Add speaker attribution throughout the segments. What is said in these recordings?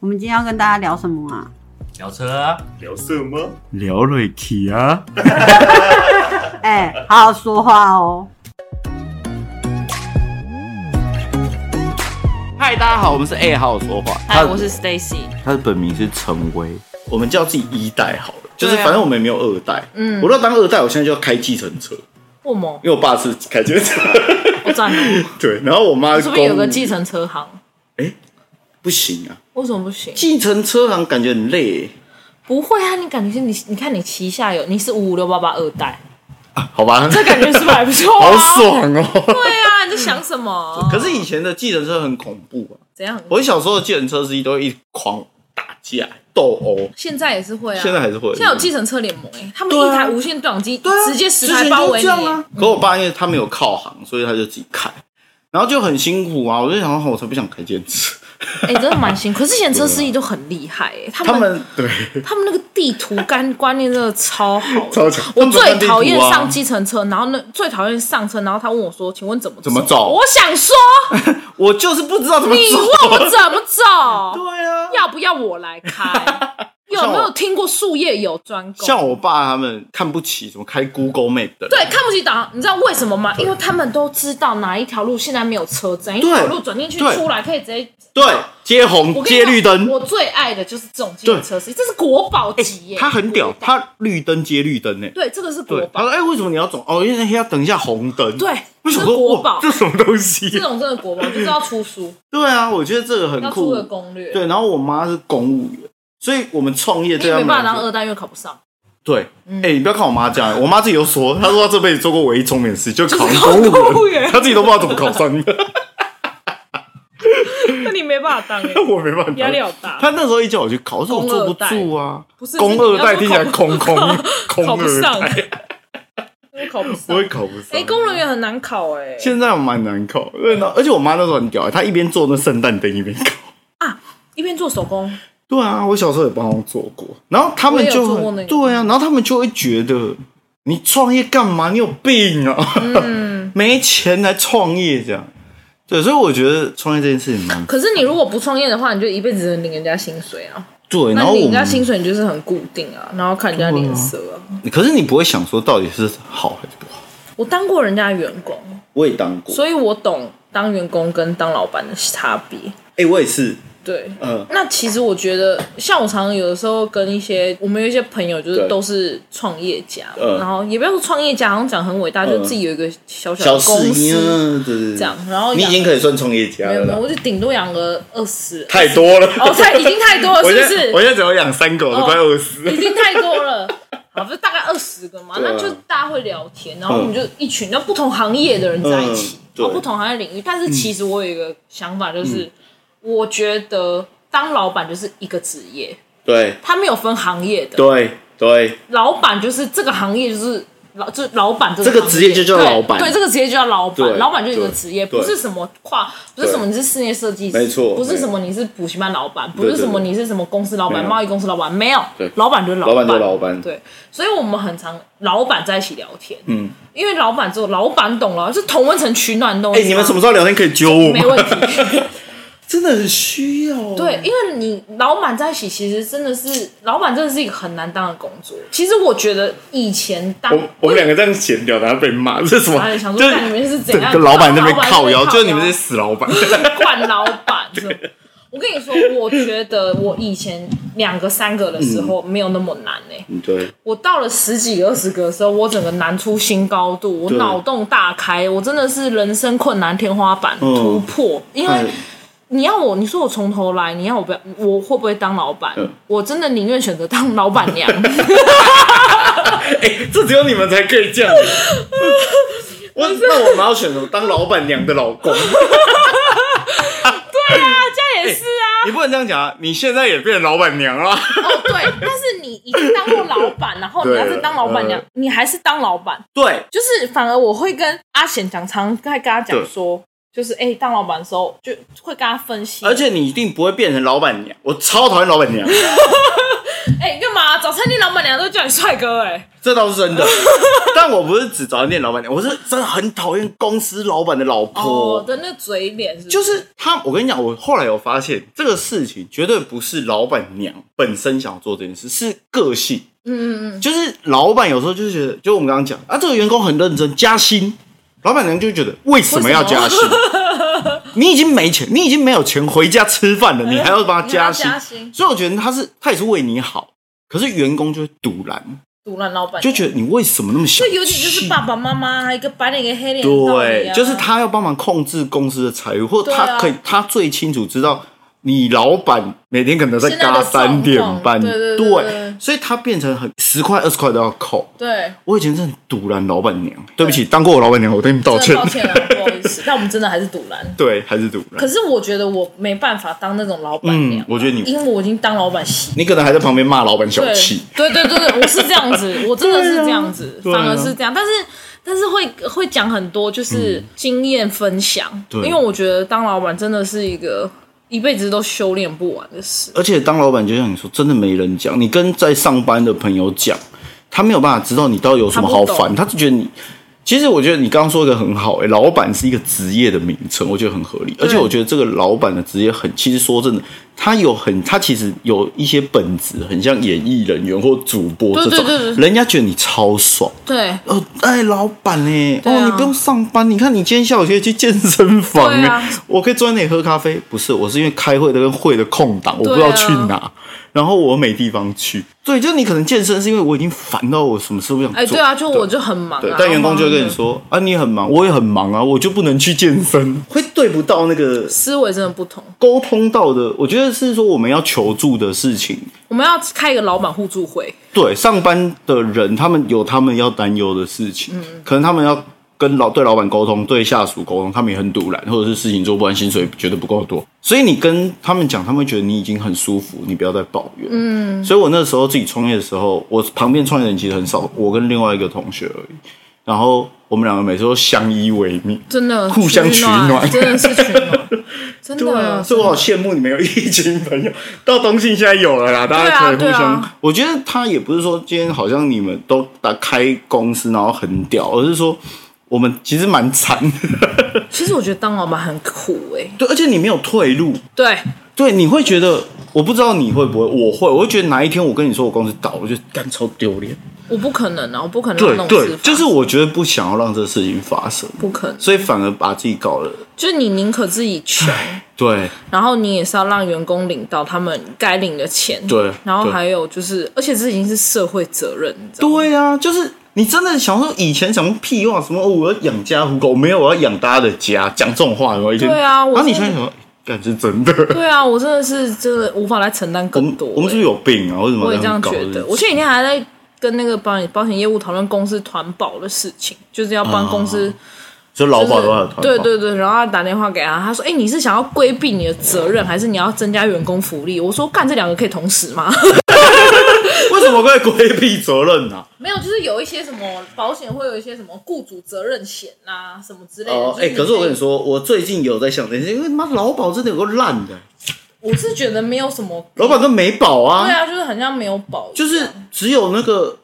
Speaker 1: 我们今天要跟大家聊什么啊？
Speaker 2: 聊车，
Speaker 3: 聊色吗？
Speaker 4: 聊瑞奇啊，
Speaker 1: 哎、好好说话哦。
Speaker 4: 嗨，大家好，我们是 A 好好说话，
Speaker 5: 嗨，我是 Stacy。
Speaker 4: 他的本名是陈威，
Speaker 3: 我们叫自己一代好了，就是
Speaker 5: 对啊
Speaker 3: 反正我们也没有二代。
Speaker 5: 嗯
Speaker 3: 我如果当二代，我现在就要开计程车，
Speaker 5: 为什么？
Speaker 3: 因为我爸是开计程车。
Speaker 5: 我赞同。
Speaker 3: 对，然后我妈
Speaker 5: 是不是有个
Speaker 3: 公
Speaker 5: 计程车行？
Speaker 3: 不行啊，
Speaker 5: 为什么不行？
Speaker 3: 计程车好像感觉很累耶
Speaker 5: 不会啊，你感觉你你看你旗下有你是五五六八八二代，
Speaker 3: 啊，好吧？
Speaker 5: 这感觉是不是还不错、 啊？
Speaker 3: 好爽哦。
Speaker 5: 对啊，你在想什
Speaker 4: 哦
Speaker 5: 么？
Speaker 3: 可是以前的计程车很恐怖啊，
Speaker 5: 怎样？
Speaker 3: 我小时候的计程车司机都会一直狂打架斗殴，
Speaker 5: 现在也是会啊，
Speaker 3: 现在还是会。
Speaker 5: 现在有计程车联盟哎、他们
Speaker 3: 对
Speaker 5: 一
Speaker 3: 啊
Speaker 5: 台无线对讲机
Speaker 3: 对啊，
Speaker 5: 直接十
Speaker 3: 之前
Speaker 5: 台
Speaker 3: 就
Speaker 5: 包围
Speaker 3: 这
Speaker 5: 你、
Speaker 3: 样啊。可我爸因为他没有靠行，所以他就自己开，然后就很辛苦啊。我就想，哦我才不想开兼职。
Speaker 5: 哎、真的蛮辛苦。可是以前车司机都很厉害、欸，他
Speaker 3: 他
Speaker 5: 们
Speaker 3: 们对
Speaker 5: 他们那个地图观观念真的超好的。
Speaker 3: 超强
Speaker 5: 我
Speaker 3: 他们
Speaker 5: 最
Speaker 3: 看地图啊
Speaker 5: 讨厌上计程车，然后呢，最讨厌上车，然后他问我说：“请问怎么
Speaker 3: 怎么走
Speaker 5: 我想说，
Speaker 3: 我就是不知道怎么
Speaker 5: 你问我
Speaker 3: 走。
Speaker 5: 怎么 走，
Speaker 3: 对啊，
Speaker 5: 要不要我来开？有没有听过术业有专攻？
Speaker 3: 像我爸他们看不起什么开 Google Map 的人，
Speaker 5: 对，看不起导航，你知道为什么吗？因为他们都知道哪一条路现在没有车站，一条路转进去
Speaker 3: 对
Speaker 5: 出来可以直接。
Speaker 3: 对，接
Speaker 5: 我
Speaker 3: 红
Speaker 5: 跟你
Speaker 3: 接
Speaker 5: 讲
Speaker 3: 绿灯，
Speaker 5: 我最爱的就是这种计程车司机，这是国宝级耶！
Speaker 3: 哎他很屌，
Speaker 5: 国宝
Speaker 3: 他绿灯接绿灯呢。
Speaker 5: 对，这个是国
Speaker 3: 对，他
Speaker 5: 宝，
Speaker 3: 说：“哎、为什么你要走？哦，因为要等一下红灯。”
Speaker 5: 对，
Speaker 3: 我
Speaker 5: 这
Speaker 3: 想
Speaker 5: 是
Speaker 3: 说，
Speaker 5: 国
Speaker 3: 哇
Speaker 5: 宝，，
Speaker 3: 这什么东西
Speaker 5: 这？种真的国宝，就是要出书，
Speaker 3: 对啊，我觉得这个很
Speaker 5: 要出
Speaker 3: 酷
Speaker 5: 个。攻略。
Speaker 3: 对，然后我妈是公务员，所以我们创业
Speaker 5: 你
Speaker 3: 对
Speaker 5: 也
Speaker 3: 他
Speaker 5: 没
Speaker 3: 们
Speaker 5: 办法
Speaker 3: 来
Speaker 5: 当
Speaker 3: 说
Speaker 5: 二代，因嗯为考不上，
Speaker 3: 对，哎、你不要看我妈这样，我妈自己都说，她说她这辈子做过唯一聪明的事，就考
Speaker 5: 考
Speaker 3: 公
Speaker 5: 公务
Speaker 3: 务
Speaker 5: 员
Speaker 3: 员，她自己都不知道怎么考上的，
Speaker 5: 那你没办法当耶，
Speaker 3: 我没办法。
Speaker 5: 压力好大。
Speaker 3: 她那时候一叫我去考，我说我坐不住啊，
Speaker 5: 不是
Speaker 3: 公二代听起来空空 空
Speaker 5: 考不
Speaker 3: 二
Speaker 5: 上
Speaker 3: 代，，
Speaker 5: 我考不上
Speaker 3: 我。也考不上。
Speaker 5: 哎，公务员很难考哎。
Speaker 3: 现在我蛮难考，对呢，而且我妈那时候很屌，她一边做那圣诞灯一边考。
Speaker 5: 一边做手工，
Speaker 3: 对啊，我小时候也帮忙做过，然后他
Speaker 5: 我
Speaker 3: 们
Speaker 5: 也有
Speaker 3: 就
Speaker 5: 做
Speaker 3: 很
Speaker 5: 过那个
Speaker 3: 对啊，然后他们就会觉得你创业干嘛？你有病啊！
Speaker 5: 嗯
Speaker 3: 没钱来创业这样。对，所以我觉得创业这件事情蛮
Speaker 5: 可是你如果不创业的话，你就一辈子只能领人家薪水啊。
Speaker 3: 对。然
Speaker 5: 那
Speaker 3: 后
Speaker 5: 领
Speaker 3: 我
Speaker 5: 人家
Speaker 3: 们，
Speaker 5: 薪水你就是很固定啊，然后看人家脸色啊。
Speaker 3: 可是你不会想说到底是好还是不好？
Speaker 5: 我当过人家员工，
Speaker 3: 我也当过，
Speaker 5: 所以我懂当员工跟当老板的差别。
Speaker 3: 哎、我也是，
Speaker 5: 对，
Speaker 3: 嗯，
Speaker 5: 那其实我觉得，像我常常有的时候跟一些我们有一些朋友，就是
Speaker 3: 对
Speaker 5: 都是创业家，
Speaker 3: 嗯
Speaker 5: 然后也不要说创业家，好像讲很伟大，就自己有一个小
Speaker 3: 小
Speaker 5: 小的公
Speaker 3: 事情
Speaker 5: 司
Speaker 3: 啊，对对
Speaker 5: 这样，然后
Speaker 3: 你已
Speaker 5: 养
Speaker 3: 经可以算创业家
Speaker 5: 没有
Speaker 3: 了
Speaker 5: 没有，
Speaker 3: 啦，
Speaker 5: 我就顶多养个二 十，
Speaker 3: 太多了。
Speaker 5: 哦，太已经太多了，
Speaker 3: 我
Speaker 5: 是哦
Speaker 3: 现
Speaker 5: 不
Speaker 3: 在
Speaker 5: 是？
Speaker 3: 我现在只有养三狗，都快饿死了。
Speaker 5: 已经太多了。好，不是大概二十个嘛，
Speaker 3: 对啊
Speaker 5: 那就大家会聊天，然后我们就一群，那不同行业的人在一起
Speaker 3: 嗯，对嗯
Speaker 5: 然后不同行业领域。但是其实我有一个想法，就是我觉得当老板就是一个职业，
Speaker 3: 对
Speaker 5: 他没有分行业的，
Speaker 3: 对对，
Speaker 5: 老板就是这个行业就是。老就是老板这个
Speaker 3: 这个
Speaker 5: 行业
Speaker 3: 职业就叫
Speaker 5: 对
Speaker 3: 老板
Speaker 5: 对，这个职业就叫老板，
Speaker 3: 对
Speaker 5: 老板就是一个
Speaker 3: 对
Speaker 5: 职业，
Speaker 3: 对
Speaker 5: 不是什么跨，不是
Speaker 3: 对
Speaker 5: 什么你是室内设计师，
Speaker 3: 没错
Speaker 5: 不是
Speaker 3: 没
Speaker 5: 什么你是补习班老板，不
Speaker 3: 对
Speaker 5: 是
Speaker 3: 对
Speaker 5: 什么
Speaker 3: 对
Speaker 5: 你是什么公司老板、
Speaker 3: 没有
Speaker 5: 贸易公司老板，没有
Speaker 3: 对，
Speaker 5: 老板就是
Speaker 3: 老板就老板，
Speaker 5: 对，所以我们很常老板在一起聊天，
Speaker 3: 嗯，
Speaker 5: 因为老板只有老板懂了，就是同温层取暖都。
Speaker 3: 哎、你们什么时候聊天可以揪我
Speaker 5: 没
Speaker 3: 吗？
Speaker 5: 问题？
Speaker 3: 真的很需要。
Speaker 5: 对，，因为你老板在一起，其实真的是老板真的是一个很难当的工作。其实我觉得以前当
Speaker 3: 我我们两个这样闲聊，然后被骂， 这是什么
Speaker 5: 哎想？说
Speaker 3: 就是
Speaker 5: 干你们是怎
Speaker 3: 整
Speaker 5: 样
Speaker 3: 个老板在那边
Speaker 5: 老板在那边
Speaker 3: 靠
Speaker 5: 靠
Speaker 3: 腰，
Speaker 5: 腰
Speaker 3: 就是你们这 些死老板。
Speaker 5: 惯老板。我跟你说，我觉得我以前两个三个的
Speaker 3: 嗯
Speaker 5: 时候没有那么难呢、
Speaker 3: 对，
Speaker 5: 我到了十几二十个的时候，我整个难出新高度，我
Speaker 3: 对
Speaker 5: 脑洞大开，我真的是人生困难天花板、
Speaker 3: 嗯
Speaker 5: 突破，因为。你要我，你说我从头来，你要我不要，我会不会当老板？
Speaker 3: 嗯
Speaker 5: 我真的宁愿选择当老板娘。 啊
Speaker 3: 哎，这只有你们才可以 这样。我那我们要选什么？当老板娘的老 公？
Speaker 5: 大家也是啊，
Speaker 3: 你不能这样讲啊！你现在也变老板娘了。
Speaker 5: 哦对，但是你已经当过老板，然后你
Speaker 3: 对
Speaker 5: 要是当老板娘
Speaker 3: 呃，
Speaker 5: 你还是当老板，
Speaker 3: 对，
Speaker 5: 就是反而我会跟阿贤讲，常常跟他讲说，就是哎、当老板的时候就会跟他分 析，
Speaker 3: 而且你一定不会变成老板娘。我超讨厌老板娘，
Speaker 5: 哎、干嘛？早餐店老板娘都叫你帅哥 哎、
Speaker 3: 这倒是真的。但我不是只找店老板娘，我是真的很讨厌公司老板的老婆。
Speaker 5: 哦，的那嘴脸是不
Speaker 3: 就是是他，我跟你讲，我后来有发现这个事情绝对不是老板娘本身想做这件事，是个性。
Speaker 5: 嗯嗯嗯，
Speaker 3: 就是老板有时候就是觉得，就我们刚刚讲啊，这个员工很认真，加薪，老板娘就觉得为什么要加薪？ 你已经没钱，你已经没有钱回家吃饭了，你还要帮他加薪
Speaker 5: 嗯你还要加薪
Speaker 3: 所以我觉得他是他也是为你好，可是员工就会堵拦，
Speaker 5: 独揽老板
Speaker 3: 就觉得你为什么那么小
Speaker 5: 就
Speaker 3: 气？
Speaker 5: 有点就是爸爸妈妈啊还有一个白脸一个黑脸、有道理
Speaker 3: 对，
Speaker 5: 啊
Speaker 3: 就是他要帮忙控制公司的财务，或者
Speaker 5: 对
Speaker 3: 他
Speaker 5: 啊
Speaker 3: 可以，他最清楚知道你老板每天可能在
Speaker 5: 现在的
Speaker 3: 嘎三点半，
Speaker 5: 状况对对对对
Speaker 3: 所以他变成很十块二十块都要扣。
Speaker 5: 对。
Speaker 3: 我以前真的很堵拦老板娘，对不起，当过我老板娘，我对你们道
Speaker 5: 真
Speaker 3: 歉。
Speaker 5: 的抱歉啊，不好意思，但我们真的还是堵拦。
Speaker 3: 对，还是堵拦
Speaker 5: 可。是我觉得我没办法当那种老板娘
Speaker 3: 嗯
Speaker 5: 啊，，
Speaker 3: 我觉得你
Speaker 5: 因为我已经当老板习
Speaker 3: 你可能还在旁边骂老板小
Speaker 5: 对
Speaker 3: 气。
Speaker 5: 对对对对，我是这样 子，我真的是这样子，
Speaker 3: 对啊
Speaker 5: 反而是这样，但是。但是会会讲很多，就是经验分享，
Speaker 3: 嗯对
Speaker 5: 因为我觉得当老板真的是一个一辈子都修炼不完的事。
Speaker 3: 而且当老板就像你说，真的没人讲，你跟在上班的朋友讲，他没有办法知道你到底有什么好
Speaker 5: 他不
Speaker 3: 烦，
Speaker 5: 懂
Speaker 3: 他就觉得你。其实我觉得你刚刚说一个很好、欸，老板是一个职业的名称，我觉得很合理。而且我觉得这个老板的职业很，其实说真的，他有很，他其实有一些本质很像演艺人员或主播这
Speaker 5: 对
Speaker 3: 种，
Speaker 5: 对对
Speaker 3: 人家觉得你超爽。
Speaker 5: 对，
Speaker 3: 哦，哎，老板哎、
Speaker 5: 对
Speaker 3: 哦，
Speaker 5: 啊
Speaker 3: 你不用上班，你看你今天下午可以去健身房哎、
Speaker 5: 对啊
Speaker 3: 我可以坐在那里喝咖啡。不是，我是因为开会的跟会的空档，
Speaker 5: 啊
Speaker 3: 我不知道去哪，然后我没地方去。对，就你可能健身是因为我已经烦到我什么事都不想做。
Speaker 5: 哎、对啊，就我就很忙、啊
Speaker 3: 对，但员工就会跟你，说啊，你很忙，我也很忙啊，我就不能去健身，会对不到那个
Speaker 5: 思维真的不同。
Speaker 3: 沟通到的。我觉得是说我们要求助的事情，
Speaker 5: 我们要开一个老板互助会，
Speaker 3: 对上班的人，他们有他们要担忧的事情，可能他们要跟老对老板沟通，对下属沟通，他们也很堵然，或者是事情做不完，薪水觉得不够多，所以你跟他们讲，他们会觉得你已经很舒服，你不要再抱怨。嗯，所以我那时候自己创业的时候，我旁边创业的人其实很少，我跟另外一个同学而已，然后我们两个每次都相依为命。
Speaker 5: 真的
Speaker 3: 互相取暖
Speaker 5: 真的是 取暖，真的。
Speaker 3: 对啊，所以我好羡慕你们有一 群朋友。到东信现在有了啦，大家可以互
Speaker 5: 对啊对
Speaker 3: 相。
Speaker 5: 啊
Speaker 3: 我觉得他也不是说今天好像你们都打开公司然后很屌，而是说我们其实蛮惨的。
Speaker 5: 其实我觉得当老板很苦哎、
Speaker 3: 对，而且你没有退路，
Speaker 5: 对，
Speaker 3: 对，你会觉得我不知道你会不会，我会，我会觉得哪一天我跟你说我公司倒，我就干超丢脸。
Speaker 5: 我不可能啊，我不可能
Speaker 3: 对
Speaker 5: 让那种事
Speaker 3: 对，
Speaker 5: 发
Speaker 3: 就是我觉得不想要让这事情发生，
Speaker 5: 不可能，
Speaker 3: 所以反而把自己搞了。
Speaker 5: 就是你宁可自己穷，
Speaker 3: 对
Speaker 5: 然后你也是要让员工领到他们该领的钱，
Speaker 3: 对
Speaker 5: 然后
Speaker 3: 对
Speaker 5: 还有就是，而且这已经是社会责任，你知道吗
Speaker 3: 对啊，就是你真的想说以前想说屁话，什么、哦、我要养家糊口，没有我要养大家的家，讲这种话有没有？以前
Speaker 5: 对啊我
Speaker 3: 然后你
Speaker 5: 真
Speaker 3: 想
Speaker 5: 的
Speaker 3: 想说，感是真的。
Speaker 5: 对啊，我真的是真的无法来承担
Speaker 3: 我
Speaker 5: 更
Speaker 3: 们
Speaker 5: 多、 欸
Speaker 3: 我们是不是有病啊？为什么
Speaker 5: 我
Speaker 3: 要
Speaker 5: 也这样
Speaker 3: 搞
Speaker 5: 觉
Speaker 3: 这
Speaker 5: 得。
Speaker 3: 种
Speaker 5: 我前几天还在跟那个保险保险业务讨论公司团保的事情，就是要帮公司、
Speaker 3: 就劳
Speaker 5: 就是
Speaker 3: 保啊多少团保？
Speaker 5: 对对对，然后他打电话给他，他说：“哎、你是想要规避你的责任，还是你要增加员工福利？”我说：“干，这两个可以同时吗？”
Speaker 3: 为什么会规避责任 呢、啊？
Speaker 5: 没有，就是有一些什么保险会有一些什么雇主责任险啊，什么之类的。
Speaker 3: 哦，
Speaker 5: 就
Speaker 3: 哎、可是我跟你说，
Speaker 5: 说，
Speaker 3: 我最近有在想这件事，因为妈劳保真的有个烂的，
Speaker 5: 我是觉得没有什 么，
Speaker 3: 劳保跟没保啊，
Speaker 5: 对啊，就是很像没有保一样，
Speaker 3: 就是只有那个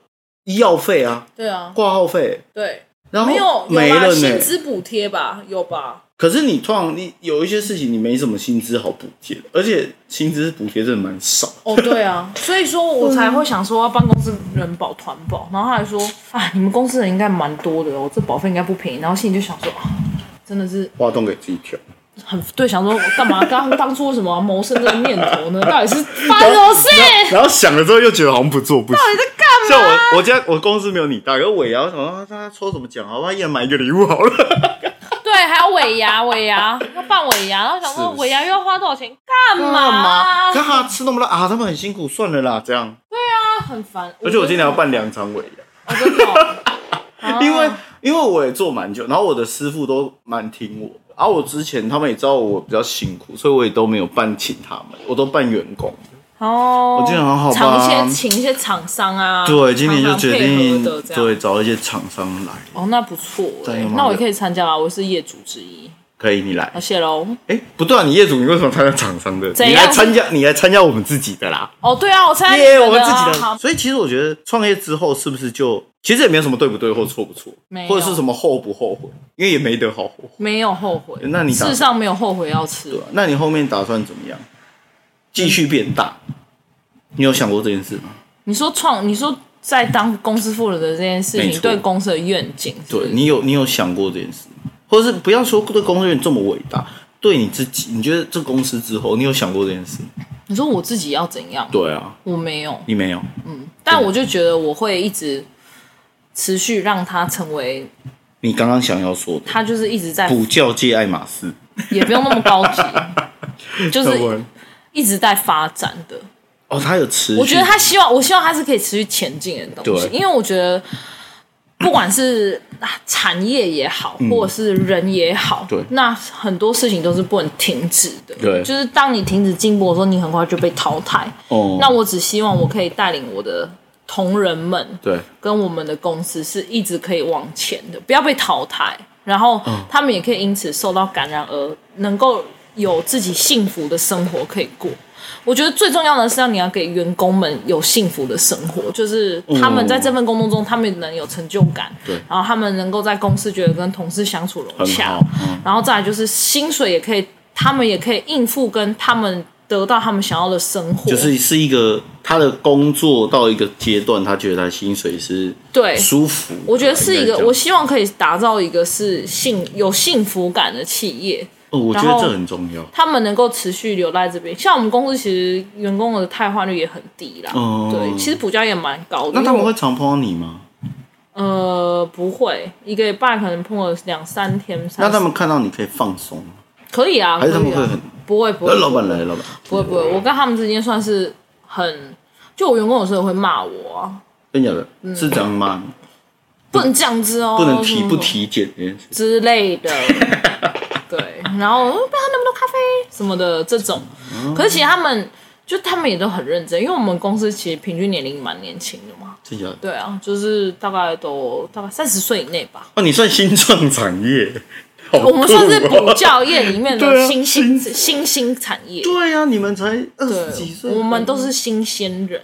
Speaker 3: 医药费啊、
Speaker 5: 对啊，
Speaker 3: 挂号费，
Speaker 5: 对，
Speaker 3: 然后
Speaker 5: 没有
Speaker 3: 没
Speaker 5: 有吧
Speaker 3: 了
Speaker 5: 薪
Speaker 3: 呢。
Speaker 5: 资补贴吧，有吧？
Speaker 3: 可是你通常你有一些事情你没什么薪资好补贴，而且薪资补贴真的蛮少。
Speaker 5: 哦，对啊，所以说我才会想说要帮公司人保团保，然后他还说，
Speaker 3: 嗯
Speaker 5: 哎，你们公司人应该蛮多的哦，我这保费应该不便宜，然后心里就想说，啊，真的是
Speaker 3: 挖洞给自己 跳，
Speaker 5: 很对，想说我干嘛刚当初为什么要谋生这个念头呢？到底是发生什 么事？
Speaker 3: 然后想了之后又觉得好像不做不行。到底在干嘛？像我我家我公司没有你大，可是我也要想说啊他抽什么奖，好吧，一人买一个礼物好了。
Speaker 5: 对，还有尾牙，尾牙要办尾牙，然后想
Speaker 3: 是
Speaker 5: 说
Speaker 3: 不是
Speaker 5: 尾牙又要花多少钱，干
Speaker 3: 干
Speaker 5: 嘛？
Speaker 3: 嘛？干嘛吃那么辣啊？他们很辛苦，算了啦，这样。
Speaker 5: 啊 很烦。
Speaker 3: 而且我今年要办两场尾牙，
Speaker 5: 我真的哦，啊
Speaker 3: 因为因为我也做蛮久，然后我的师傅都蛮听我的。然、后我之前他们也知道我比较辛苦，所以我也都没有办请他们，我都办员工。
Speaker 5: 哦，
Speaker 3: 我今年好好吧
Speaker 5: 请一些请一些厂商啊，
Speaker 3: 对，今年就决定
Speaker 5: 厂商配合的这样
Speaker 3: 对找一些厂商来，
Speaker 5: 哦，那不错、
Speaker 3: 对
Speaker 5: 欸
Speaker 3: 蛮，
Speaker 5: 那我也可以参加啊，我是业主之一。
Speaker 3: 可可以，你来。
Speaker 5: 好，谢喽。
Speaker 3: 哎，不对啊，你业主，你为什么参加厂商的？
Speaker 5: 怎
Speaker 3: 你
Speaker 5: 样
Speaker 3: 来参加，你来参加我们自己的 啦。
Speaker 5: 哦，对啊，我猜
Speaker 3: 耶、
Speaker 5: 你
Speaker 3: 我们自己
Speaker 5: 啊
Speaker 3: 的。
Speaker 5: 好
Speaker 3: 所以其实我觉得创业之后是不是就其实也没有什么对不对或错不错
Speaker 5: 没，有
Speaker 3: 或者是什么后不后悔，因为也没得好后悔。
Speaker 5: 没有后悔。
Speaker 3: 那你打
Speaker 5: 世上没有后悔药吃
Speaker 3: 对、。啊，那你后面打算怎么样？继续变大？你有想过这件事吗？
Speaker 5: 你说创，你说在当公司富人的这件事
Speaker 3: 没错
Speaker 5: 情，对公司的愿景是不是，
Speaker 3: 对你有你有想过这件事吗？或者是不要说对公司有这么伟大，对你自己，你觉得这公司之后，你有想过这件事吗？
Speaker 5: 你说我自己要怎样？
Speaker 3: 对啊，
Speaker 5: 我没有，
Speaker 3: 你没有，
Speaker 5: 但我就觉得我会一直持续让它成为，
Speaker 3: 你刚刚想要说的
Speaker 5: 它就是一直在，
Speaker 3: 补教界爱马仕，
Speaker 5: 也不用那么高级， 就是
Speaker 3: 文
Speaker 5: 一直在发展的。
Speaker 3: 哦，他有持续，
Speaker 5: 我觉得他希望，我希望他是可以持续前进的东西，
Speaker 3: 对
Speaker 5: 因为我觉得不管是啊产业也好，或者是人也好，
Speaker 3: 嗯对
Speaker 5: 那很多事情都是不能停止的。
Speaker 3: 对
Speaker 5: 就是当你停止进步的时候，你很快就被淘汰。
Speaker 3: 哦，
Speaker 5: 那我只希望我可以带领我的同仁们
Speaker 3: 对
Speaker 5: 跟我们的公司是一直可以往前的，不要被淘汰，然后
Speaker 3: 嗯
Speaker 5: 他们也可以因此受到感染而能够有自己幸福的生活可以过。我觉得最重要的是让你要给员工们有幸福的生活，就是他们在这份工作中，他们能有成就感，
Speaker 3: 嗯对
Speaker 5: 然后他们能够在公司觉得跟同事相处融
Speaker 3: 很
Speaker 5: 洽
Speaker 3: 好，嗯
Speaker 5: 然后再来就是薪水也可以，他们也可以应付跟他们得到他们想要的生活，
Speaker 3: 就是是一个他的工作到一个阶段，他觉得他薪水是
Speaker 5: 对
Speaker 3: 舒服的，
Speaker 5: 我觉得是一个，
Speaker 3: 哦应该这样
Speaker 5: 我希望可以打造一个是幸有幸福感的企业，
Speaker 3: 哦，我觉
Speaker 5: 然
Speaker 3: 得
Speaker 5: 后
Speaker 3: 这很重要，
Speaker 5: 他们能够持续留在这边。像我们公司其实员工的汰换率也很低啦，
Speaker 3: 哦
Speaker 5: 对，其实补教也蛮高的。
Speaker 3: 那他们
Speaker 5: 因为
Speaker 3: 会常碰到你吗？
Speaker 5: 我呃不会，一个礼拜可能碰了两三天，三
Speaker 3: 那他们看到你可以放松吗，
Speaker 5: 可以啊，
Speaker 3: 还是他们
Speaker 5: 可以
Speaker 3: 会
Speaker 5: 啊
Speaker 3: 很？
Speaker 5: 不会不
Speaker 3: 哎，
Speaker 5: 会，
Speaker 3: 老板来，老板，
Speaker 5: 不会不会，我跟他们之间算是很，就我员工有时候会骂我啊，
Speaker 3: 真假的，是这样吗？
Speaker 5: 不能这样子哦，
Speaker 3: 不能
Speaker 5: 什
Speaker 3: 体
Speaker 5: 么
Speaker 3: 不体检这件事，
Speaker 5: 之类 的，对，然后嗯不要喝那么多咖啡什么的这种。
Speaker 3: 嗯
Speaker 5: 可是其实他们就他们也都很认真，因为我们公司其实平均年龄蛮年轻的嘛，
Speaker 3: 真假的。
Speaker 5: 对啊，就是大概都大概三十岁以内吧。
Speaker 3: 哦，你算新创产业，好
Speaker 5: 我们
Speaker 3: 酷
Speaker 5: 算是
Speaker 3: 哦
Speaker 5: 补。教业里面
Speaker 3: 对
Speaker 5: 的
Speaker 3: 啊
Speaker 5: 新兴新兴产业，
Speaker 3: 对呀、啊，你们才二十几岁，
Speaker 5: 对，我们都是新鲜人，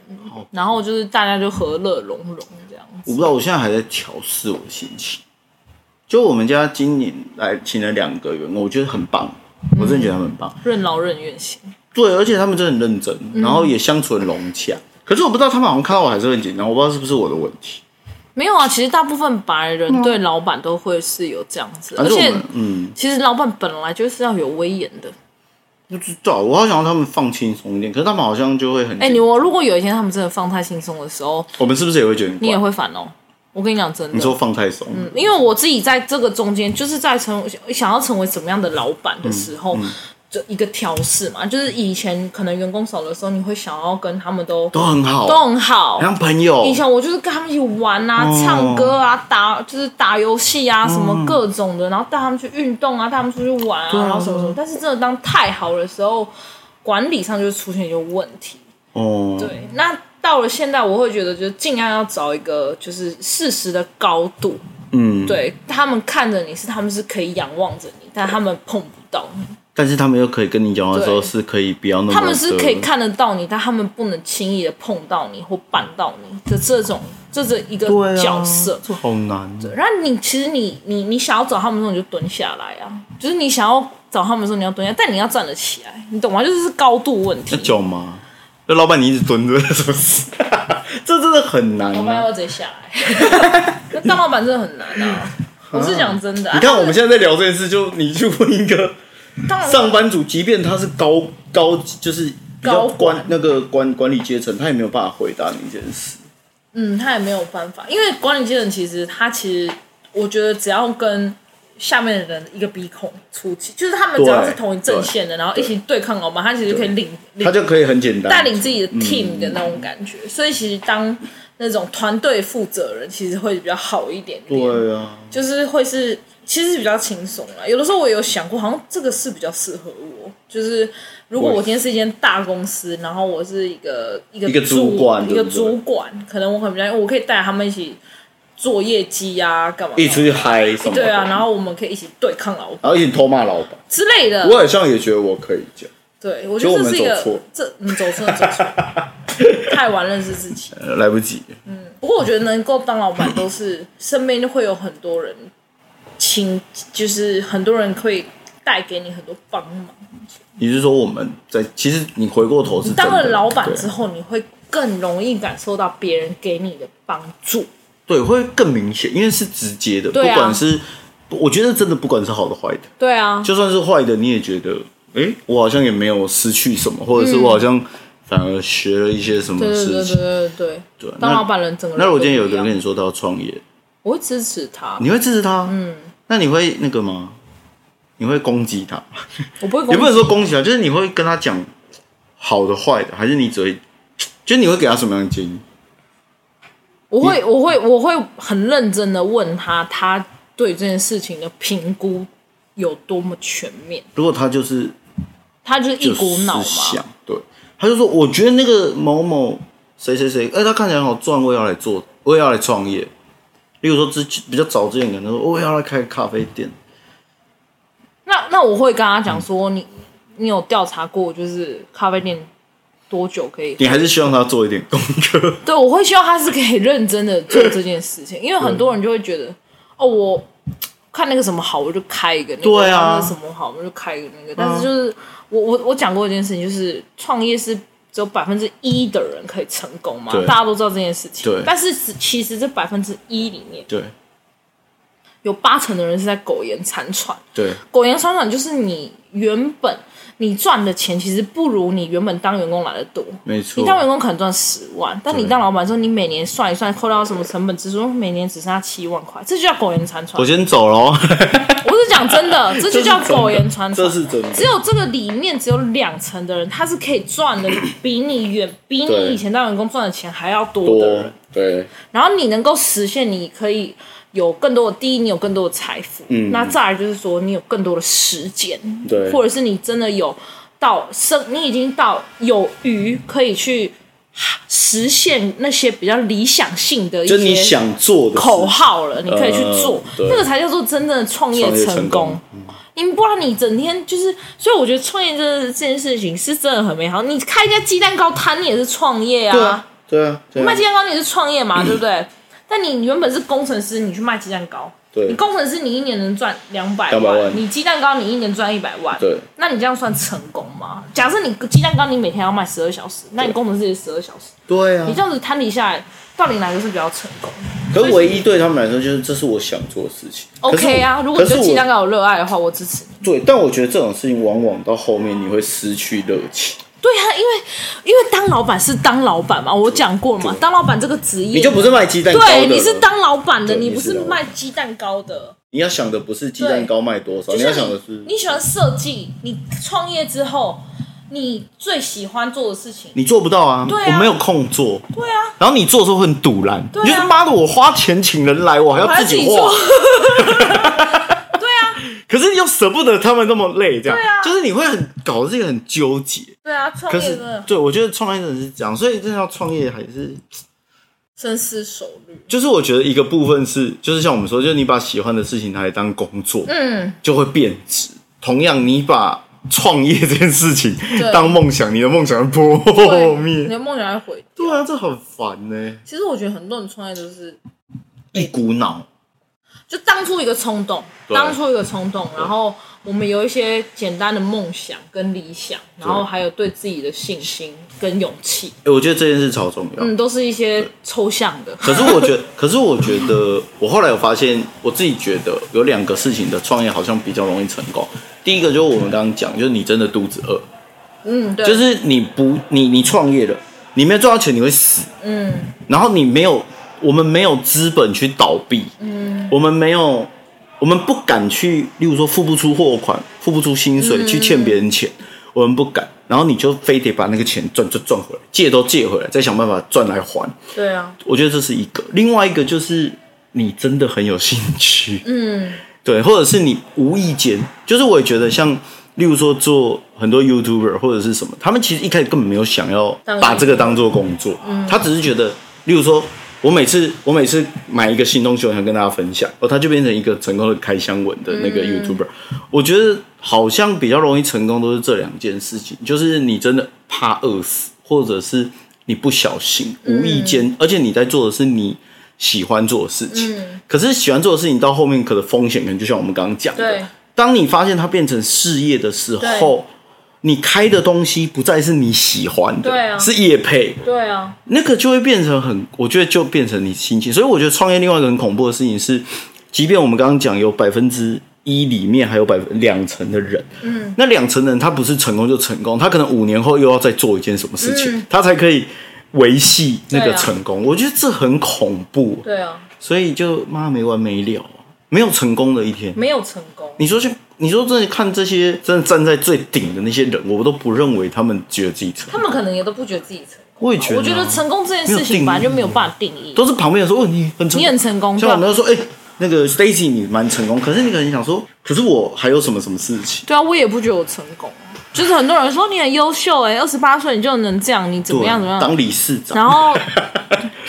Speaker 5: 然后就是大家就和乐融融这样
Speaker 3: 我
Speaker 5: 子。
Speaker 3: 不知道，我现在还在调试我的心情。就我们家今年来请了两个员工，我觉得很棒，我真的觉得他们很棒。
Speaker 5: 任劳任怨型，
Speaker 3: 对，而且他们真的很认真，然后也相处很融洽。可是我不知道他们好像看到我还是很紧张，我不知道是不是我的问题。
Speaker 5: 没有啊。其实大部分白人对老板都会是有这样子，
Speaker 3: 反
Speaker 5: 而
Speaker 3: 正嗯我
Speaker 5: 且
Speaker 3: 们嗯，
Speaker 5: 其实老板本来就是要有威严的。
Speaker 3: 不知道，我好想让他们放轻松一点，可是他们好像就会很
Speaker 5: 哎、
Speaker 3: 紧
Speaker 5: 你我如果有一天他们真的放太轻松的时候，
Speaker 3: 我们是不是也会觉得很怪
Speaker 5: 你也会嗯烦哦。我跟你讲真的，
Speaker 3: 你说放太松，
Speaker 5: 因为我自己在这个中间，就是在成想要成为什么样的老板的时候，
Speaker 3: 嗯
Speaker 5: 就一个调试嘛。就是以前可能员工少的时候，你会想要跟他们都
Speaker 3: 都很好，
Speaker 5: 都很好。
Speaker 3: 很像朋友
Speaker 5: 以。前我就是跟他们一起玩啊，
Speaker 3: 哦
Speaker 5: 唱歌啊，打就是打游戏啊，什么各种的，然后带他们去运动啊，带他们出去玩啊，然后什么什么。但是真的当太好的时候，管理上就出现一些问题。
Speaker 3: 哦，
Speaker 5: 对，那到了现在，我会觉得就是尽量要找一个就是适时的高度，
Speaker 3: 嗯，
Speaker 5: 对他们看着你是他们是可以仰望着你，但他们碰不到你，
Speaker 3: 但是他们又可以跟你讲话的时候
Speaker 5: 对
Speaker 3: 是可以不要那么，
Speaker 5: 他们是可以，看得到你，但他们不能轻易的碰到你或绊到你的这种这是一个
Speaker 3: 对啊，
Speaker 5: 角色。
Speaker 3: 这好难。
Speaker 5: 然后你其实你你你想要找他们的时候你就蹲下来啊，就是你想要找他们的时候你要蹲下，但你要站得起来，你懂吗？就是高度问题
Speaker 3: 要。叫吗？那老板你一直蹲着， 是不是？这真的很难
Speaker 5: 老板要
Speaker 3: 啊！
Speaker 5: 不要直接下来？那当老板真的很难啊！我是讲真的、啊，
Speaker 3: 你看我们现在在聊这件事，就你去问一个
Speaker 5: 当然
Speaker 3: 上班族，即便他是高高，就是比较
Speaker 5: 高管
Speaker 3: 管那个管管理阶层，他也没有办法回答你这件事。
Speaker 5: 嗯，他也没有办法，因为管理阶层其实他其实，我觉得只要跟下面的人一个鼻孔出气，就是他们只要是同一阵线的，然后一起对抗老板，他其实就可以领领
Speaker 3: 他就可以很简单
Speaker 5: 带领自己的
Speaker 3: 嗯
Speaker 5: team 的那种感觉。所以其实当那种团队负责人，其实会比较好一点点，
Speaker 3: 对啊，
Speaker 5: 就是会是其实是比较轻松啦。有的时候我有想过，好像这个是比较适合我，就是。如果
Speaker 3: 我
Speaker 5: 我今天是一间大公司，然后我是一个一个
Speaker 3: 一个主管
Speaker 5: 一个
Speaker 3: 对不对
Speaker 5: 主管，可能我很比较，我可以带他们一起做业绩啊，干嘛？
Speaker 3: 一起出去嗨什么的
Speaker 5: 对啊，然后我们可以一起对抗老板
Speaker 3: 然后一起偷骂老板。
Speaker 5: 之类的。
Speaker 3: 我好像也觉得我可以讲，
Speaker 5: 对，我觉得这是一
Speaker 3: 结果我
Speaker 5: 个
Speaker 3: 们
Speaker 5: 这你走错了走错了， 太晚认识自己。
Speaker 3: 呃来不及。
Speaker 5: 不过我觉得能够当老板，都 是身边会有很多人请，就是很多人会带给你很多帮忙。
Speaker 3: 你是说我们在？其实你回过头是真的
Speaker 5: 当了老板之
Speaker 3: 对
Speaker 5: 后，你会更容易感受到别人给你的帮助。
Speaker 3: 对，会更明显，因为是直接的，
Speaker 5: 对啊
Speaker 3: 不管是我觉得真的不管是好的坏的，
Speaker 5: 对啊，
Speaker 3: 就算是坏的，你也觉得，诶，我好像也没有失去什么，或者是我好像反而学了一些什么
Speaker 5: 嗯对对
Speaker 3: 事
Speaker 5: 对
Speaker 3: 情。
Speaker 5: 对对对
Speaker 3: 对啊
Speaker 5: 当
Speaker 3: 那
Speaker 5: 老板人整个人
Speaker 3: 那如果
Speaker 5: 都
Speaker 3: 今天有一
Speaker 5: 不
Speaker 3: 个
Speaker 5: 一
Speaker 3: 人
Speaker 5: 样
Speaker 3: 跟你说他要创业，
Speaker 5: 我会支持他，
Speaker 3: 你会支持他？嗯，那你会那个吗？你会攻击他？
Speaker 5: 我不会攻
Speaker 3: 也
Speaker 5: 击
Speaker 3: 不能说攻击他，就是你会跟他讲好的、坏的，还是你只会，就是你会给他什么样的建议？
Speaker 5: 我会，我会，我会很认真的问他，他对这件事情的评估有多么全面。
Speaker 3: 如果他就是
Speaker 5: 他就是一股脑
Speaker 3: 就是想
Speaker 5: 嘛，
Speaker 3: 对，他就说我觉得那个某某谁谁谁，哎、他看起来很好赚，我也要来做，我也要来创业。例如说之前比较早之前，可能说我也要来开咖啡店，
Speaker 5: 那那我会跟他讲说，你你有调查过，就是咖啡店多久可以？
Speaker 3: 你还是希望他做一点功课。
Speaker 5: 对，我会希望他是可以认真的做这件 事情，因为很多人就会觉得，哦，我看那个什么好，我就开一个那个；
Speaker 3: 对啊嗯
Speaker 5: 看那个什么好，我就开一个那个。但是就是、我我我讲过一件事情，就是创业是只有百分之一的人可以成功嘛
Speaker 3: 对，
Speaker 5: 大家都知道这件事情。
Speaker 3: 对
Speaker 5: 但是只其实这百分之一里面
Speaker 3: 对
Speaker 5: 有八成的人是在苟延残喘。
Speaker 3: 对
Speaker 5: 苟延残喘就是你原本你赚的钱其实不如你原本当员工来的多。
Speaker 3: 没
Speaker 5: 你当员
Speaker 3: 错，
Speaker 5: 工可能赚十万，但你
Speaker 3: 对
Speaker 5: 当老板之后，你每年算一算，扣掉什么成本支出，每年只剩下七万块，这就叫苟延残喘
Speaker 3: 我。先走喽。
Speaker 5: 我是讲 真的， 这就叫苟延残
Speaker 3: 这
Speaker 5: 喘。
Speaker 3: 是真的，
Speaker 5: 只有这个里面只有两成的人，他是可以赚的比你 远，比
Speaker 3: 对
Speaker 5: 你以前当员工赚的钱还要多的
Speaker 3: 多
Speaker 5: 人。
Speaker 3: 对
Speaker 5: 然后你能够实现，你可以有更多的第一，你有更多的财富，嗯，那再来就是说，你有更多的时间，
Speaker 3: 对
Speaker 5: 或者是你真的有到生，你已经到有余可以去实现那些比较理想性的一
Speaker 3: 就是你
Speaker 5: 些
Speaker 3: 想做的事
Speaker 5: 口号了，你可以去做，
Speaker 3: 呃对
Speaker 5: 那个才叫做真正的创业
Speaker 3: 创业
Speaker 5: 成
Speaker 3: 成
Speaker 5: 功
Speaker 3: 功。
Speaker 5: 你不然你整天就是，所以我觉得创业这这件事情是真的很美好。你开一家鸡蛋糕摊，你也是创业
Speaker 3: 对啊嗯对啊对
Speaker 5: 卖
Speaker 3: 啊
Speaker 5: 鸡蛋糕你是创业嘛，对不对？但你原本是工程师，你去卖鸡蛋糕，你
Speaker 3: 对
Speaker 5: 工程师你一年能赚两百
Speaker 3: 200万
Speaker 5: 你鸡蛋糕你一年赚一百万，
Speaker 3: 对，
Speaker 5: 那你这样算成功吗？假设你鸡蛋糕你每天要卖十二小时，那你工程师也十二小时，
Speaker 3: 对啊
Speaker 5: 你这。样子摊底下来，到底哪个是比较成功
Speaker 3: 可是唯一对他们来说，就是这是我想做的事情。可是我
Speaker 5: ？OK 啊，如果你
Speaker 3: 可是
Speaker 5: 对
Speaker 3: 我
Speaker 5: 鸡蛋糕有热爱的话，我支持你。
Speaker 3: 对，但我觉得这种事情往往到后面你会失去热情，
Speaker 5: 对啊，因为因为当老板是当老板嘛，我讲过嘛，当老板这个职业，
Speaker 3: 你就不是卖鸡蛋糕的
Speaker 5: 对，
Speaker 3: 了。
Speaker 5: 你是当老板的，
Speaker 3: 对
Speaker 5: 你
Speaker 3: 你
Speaker 5: 不
Speaker 3: 是
Speaker 5: 是
Speaker 3: 老板
Speaker 5: 卖鸡蛋糕的。
Speaker 3: 你要想的不是鸡蛋糕卖多少，你要想的是
Speaker 5: 你喜欢设计，你创业之后，你最喜欢做的事情。
Speaker 3: 你做不到啊，
Speaker 5: 对啊
Speaker 3: 我没有空做。
Speaker 5: 对啊，
Speaker 3: 然后你做的时候很堵然，
Speaker 5: 对啊
Speaker 3: 你就是妈的，我花钱请人来，我还
Speaker 5: 我
Speaker 3: 要
Speaker 5: 还
Speaker 3: 自
Speaker 5: 自
Speaker 3: 己
Speaker 5: 己
Speaker 3: 画。
Speaker 5: 做。对啊，
Speaker 3: 可是你又舍不得他们那么累，这样，
Speaker 5: 对啊
Speaker 3: 就是你会很搞得自己很纠结。
Speaker 5: 对啊，创
Speaker 3: 可
Speaker 5: 业
Speaker 3: 是
Speaker 5: 真的，
Speaker 3: 对我觉得创业真的是这样，所以真的要创业还是
Speaker 5: 深思熟虑。
Speaker 3: 就是我觉得一个部分是，就是像我们说，就是你把喜欢的事情拿来当工作，
Speaker 5: 嗯，
Speaker 3: 就会变质。同样，你把创业这件事情
Speaker 5: 对
Speaker 3: 当梦想，你的梦想会
Speaker 5: 对
Speaker 3: 破，
Speaker 5: 你
Speaker 3: 灭。
Speaker 5: 的梦想会毁。
Speaker 3: 对啊，这很烦呢、
Speaker 5: 其实我觉得很多人创业都是，
Speaker 3: 一股脑。
Speaker 5: 就当初一个冲动，
Speaker 3: 对
Speaker 5: 当初一个冲动，然后我们有一些简单的梦想跟理想，然后还有对自己的信心跟勇气，
Speaker 3: 哎、我觉得这件事超重要。
Speaker 5: 嗯，都是一些抽象的。
Speaker 3: 可是我觉得，可是我觉得，我后来有发现，我自己觉得有两个事情的创业好像比较容易成功。第一个就是我们刚刚讲，就是你真的肚子饿，
Speaker 5: 嗯，对，
Speaker 3: 就是你不你你创业了，你没有赚到钱你会死，
Speaker 5: 嗯，
Speaker 3: 然后你没有，我们没有资本去倒闭，嗯，我们没有，我们不敢去，例如说付不出货款、付不出薪
Speaker 5: 嗯
Speaker 3: 水、去欠别人钱，我们不敢。然后你就非得把那个钱赚赚赚回来，借都借回来，再想办法赚来还。
Speaker 5: 对啊，
Speaker 3: 我觉得这是一个，另外一个就是你真的很有兴趣，
Speaker 5: 嗯，
Speaker 3: 对，或者是你无意间，就是我也觉得像，例如说做很多 YouTuber 或者是什么，他们其实一开始根本没有想要
Speaker 5: 当
Speaker 3: 把这个当做工作，他只是觉得，例如说我每次我每次买一个新东西，我想跟大家分享，哦，它就变成一个成功的开箱文的那个 YouTuber。我觉得好像比较容易成功都是这两件事情，就是你真的怕饿死，或者是你不小心
Speaker 5: 嗯
Speaker 3: 无意间，而且你在做的是你喜欢做的事情。
Speaker 5: 嗯
Speaker 3: 可是喜欢做的事情到后面可能风险可能就像我们刚刚讲
Speaker 5: 对
Speaker 3: 的，当你发现它变成事业的时候。你开的东西不再是你喜欢的，
Speaker 5: 对啊
Speaker 3: 是业配，
Speaker 5: 对啊，
Speaker 3: 那个就会变成很，我觉得就变成你心情。所以我觉得创业另外一个很恐怖的事情是，即便我们刚刚讲有百分之一里面还有百分两成的人，嗯，那两成人他不是成功就成功，他可能五年后又要再做一件什么事情，他才可以维系那
Speaker 5: 嗯对
Speaker 3: 个
Speaker 5: 啊
Speaker 3: 成功。我觉得这很恐怖，
Speaker 5: 对啊，
Speaker 3: 所以就妈没完没了，没有成功的一天。
Speaker 5: 没有成功。
Speaker 3: 你说去，你说真的看这些真的站在最顶的那些人，我都不认为他们觉得自己成
Speaker 5: 他
Speaker 3: 功。
Speaker 5: 们可能也都不觉得自己成功。
Speaker 3: 我也觉得啊
Speaker 5: 我觉得成功这件事情本来就没有办法定义。
Speaker 3: 都是旁边人说：“哦，你很成功，
Speaker 5: 你很成功
Speaker 3: 像我们
Speaker 5: 对
Speaker 3: 都说：“哎、那个 Stacy 你蛮成功。”可是你可能想说：“可是我还有什么什么事情
Speaker 5: 对啊，我也不觉得我成功啊。就是很多人说你很优秀哎、欸，二十八岁你就能这样，你？”怎
Speaker 3: 对，啊
Speaker 5: 么样怎么样？
Speaker 3: 当理事长，
Speaker 5: 然后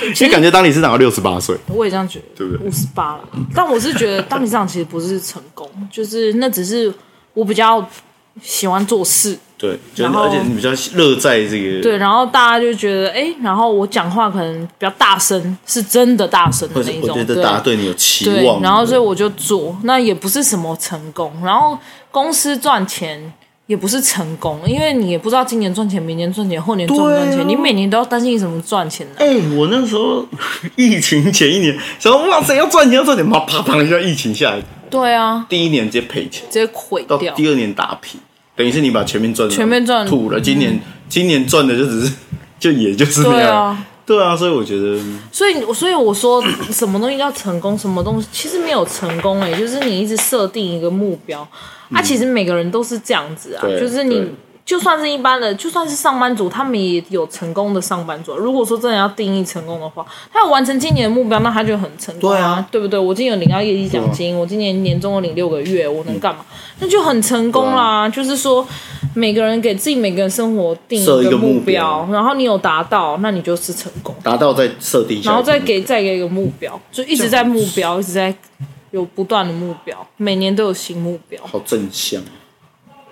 Speaker 3: 因为感觉当理事长要六十八岁，
Speaker 5: 我也这样觉得，
Speaker 3: 对不对
Speaker 5: 五十八了，但我是觉 得当理事长其实不是成功，就是那只是我比较喜欢做事，
Speaker 3: 对，就是
Speaker 5: 然后
Speaker 3: 而且你比较乐在这个，
Speaker 5: 对，然后大家就觉得哎、欸然后我讲话可能比较大声，是真的大声的
Speaker 3: 或
Speaker 5: 那
Speaker 3: 者
Speaker 5: 一
Speaker 3: 我
Speaker 5: 种，
Speaker 3: 觉
Speaker 5: 对。
Speaker 3: 得大家对你有期
Speaker 5: 对，
Speaker 3: 望，
Speaker 5: 然后所以我就做，那也不是什么成功，然后公司赚钱也不是成功，因为你也不知道今年赚钱、明年赚钱、后年赚不赚钱，
Speaker 3: 对啊
Speaker 5: 你每年都要担心你怎么赚钱呢、
Speaker 3: 哎、我那时候 疫情前一年，想说哇塞要赚钱要赚钱，妈啪啪一下疫情下来，
Speaker 5: 对啊，
Speaker 3: 第一年直接赔钱，
Speaker 5: 直接毁
Speaker 3: 到
Speaker 5: 掉。
Speaker 3: 第二年打平，等于是你把前面赚的
Speaker 5: 前面赚嗯
Speaker 3: 吐了，今年、今年赚的就只是就也就是那
Speaker 5: 对
Speaker 3: 样，
Speaker 5: 啊，
Speaker 3: 对啊，所以我觉得。
Speaker 5: 所以所以我说 什么东西叫成功，什么东西其实没有成功哎、就是你一直设定一个目标，啊，其实每个人都是这样子啊，
Speaker 3: 嗯对
Speaker 5: 就是
Speaker 3: 对
Speaker 5: 你。就算是一般的，就算是上班族，他们也有成功的上班族啊。如果说真的要定义成功的话，他有完成今年的目标，那他就很成功
Speaker 3: 对啊
Speaker 5: 对不对？我今年有领到业绩奖金，我今年年终我领六个月，我能干嘛？
Speaker 3: 嗯
Speaker 5: 那就很成功
Speaker 3: 啊
Speaker 5: 啦。就是说，每个人给自己每个人生活定
Speaker 3: 设一
Speaker 5: 个
Speaker 3: 个目
Speaker 5: 目
Speaker 3: 标
Speaker 5: 然后你有达到，那你就是成功。
Speaker 3: 达到再设定一下，
Speaker 5: 然后再给再给一个目标，就一直在目标，一直在有不断的目标，每年都有新目标。
Speaker 3: 好正向。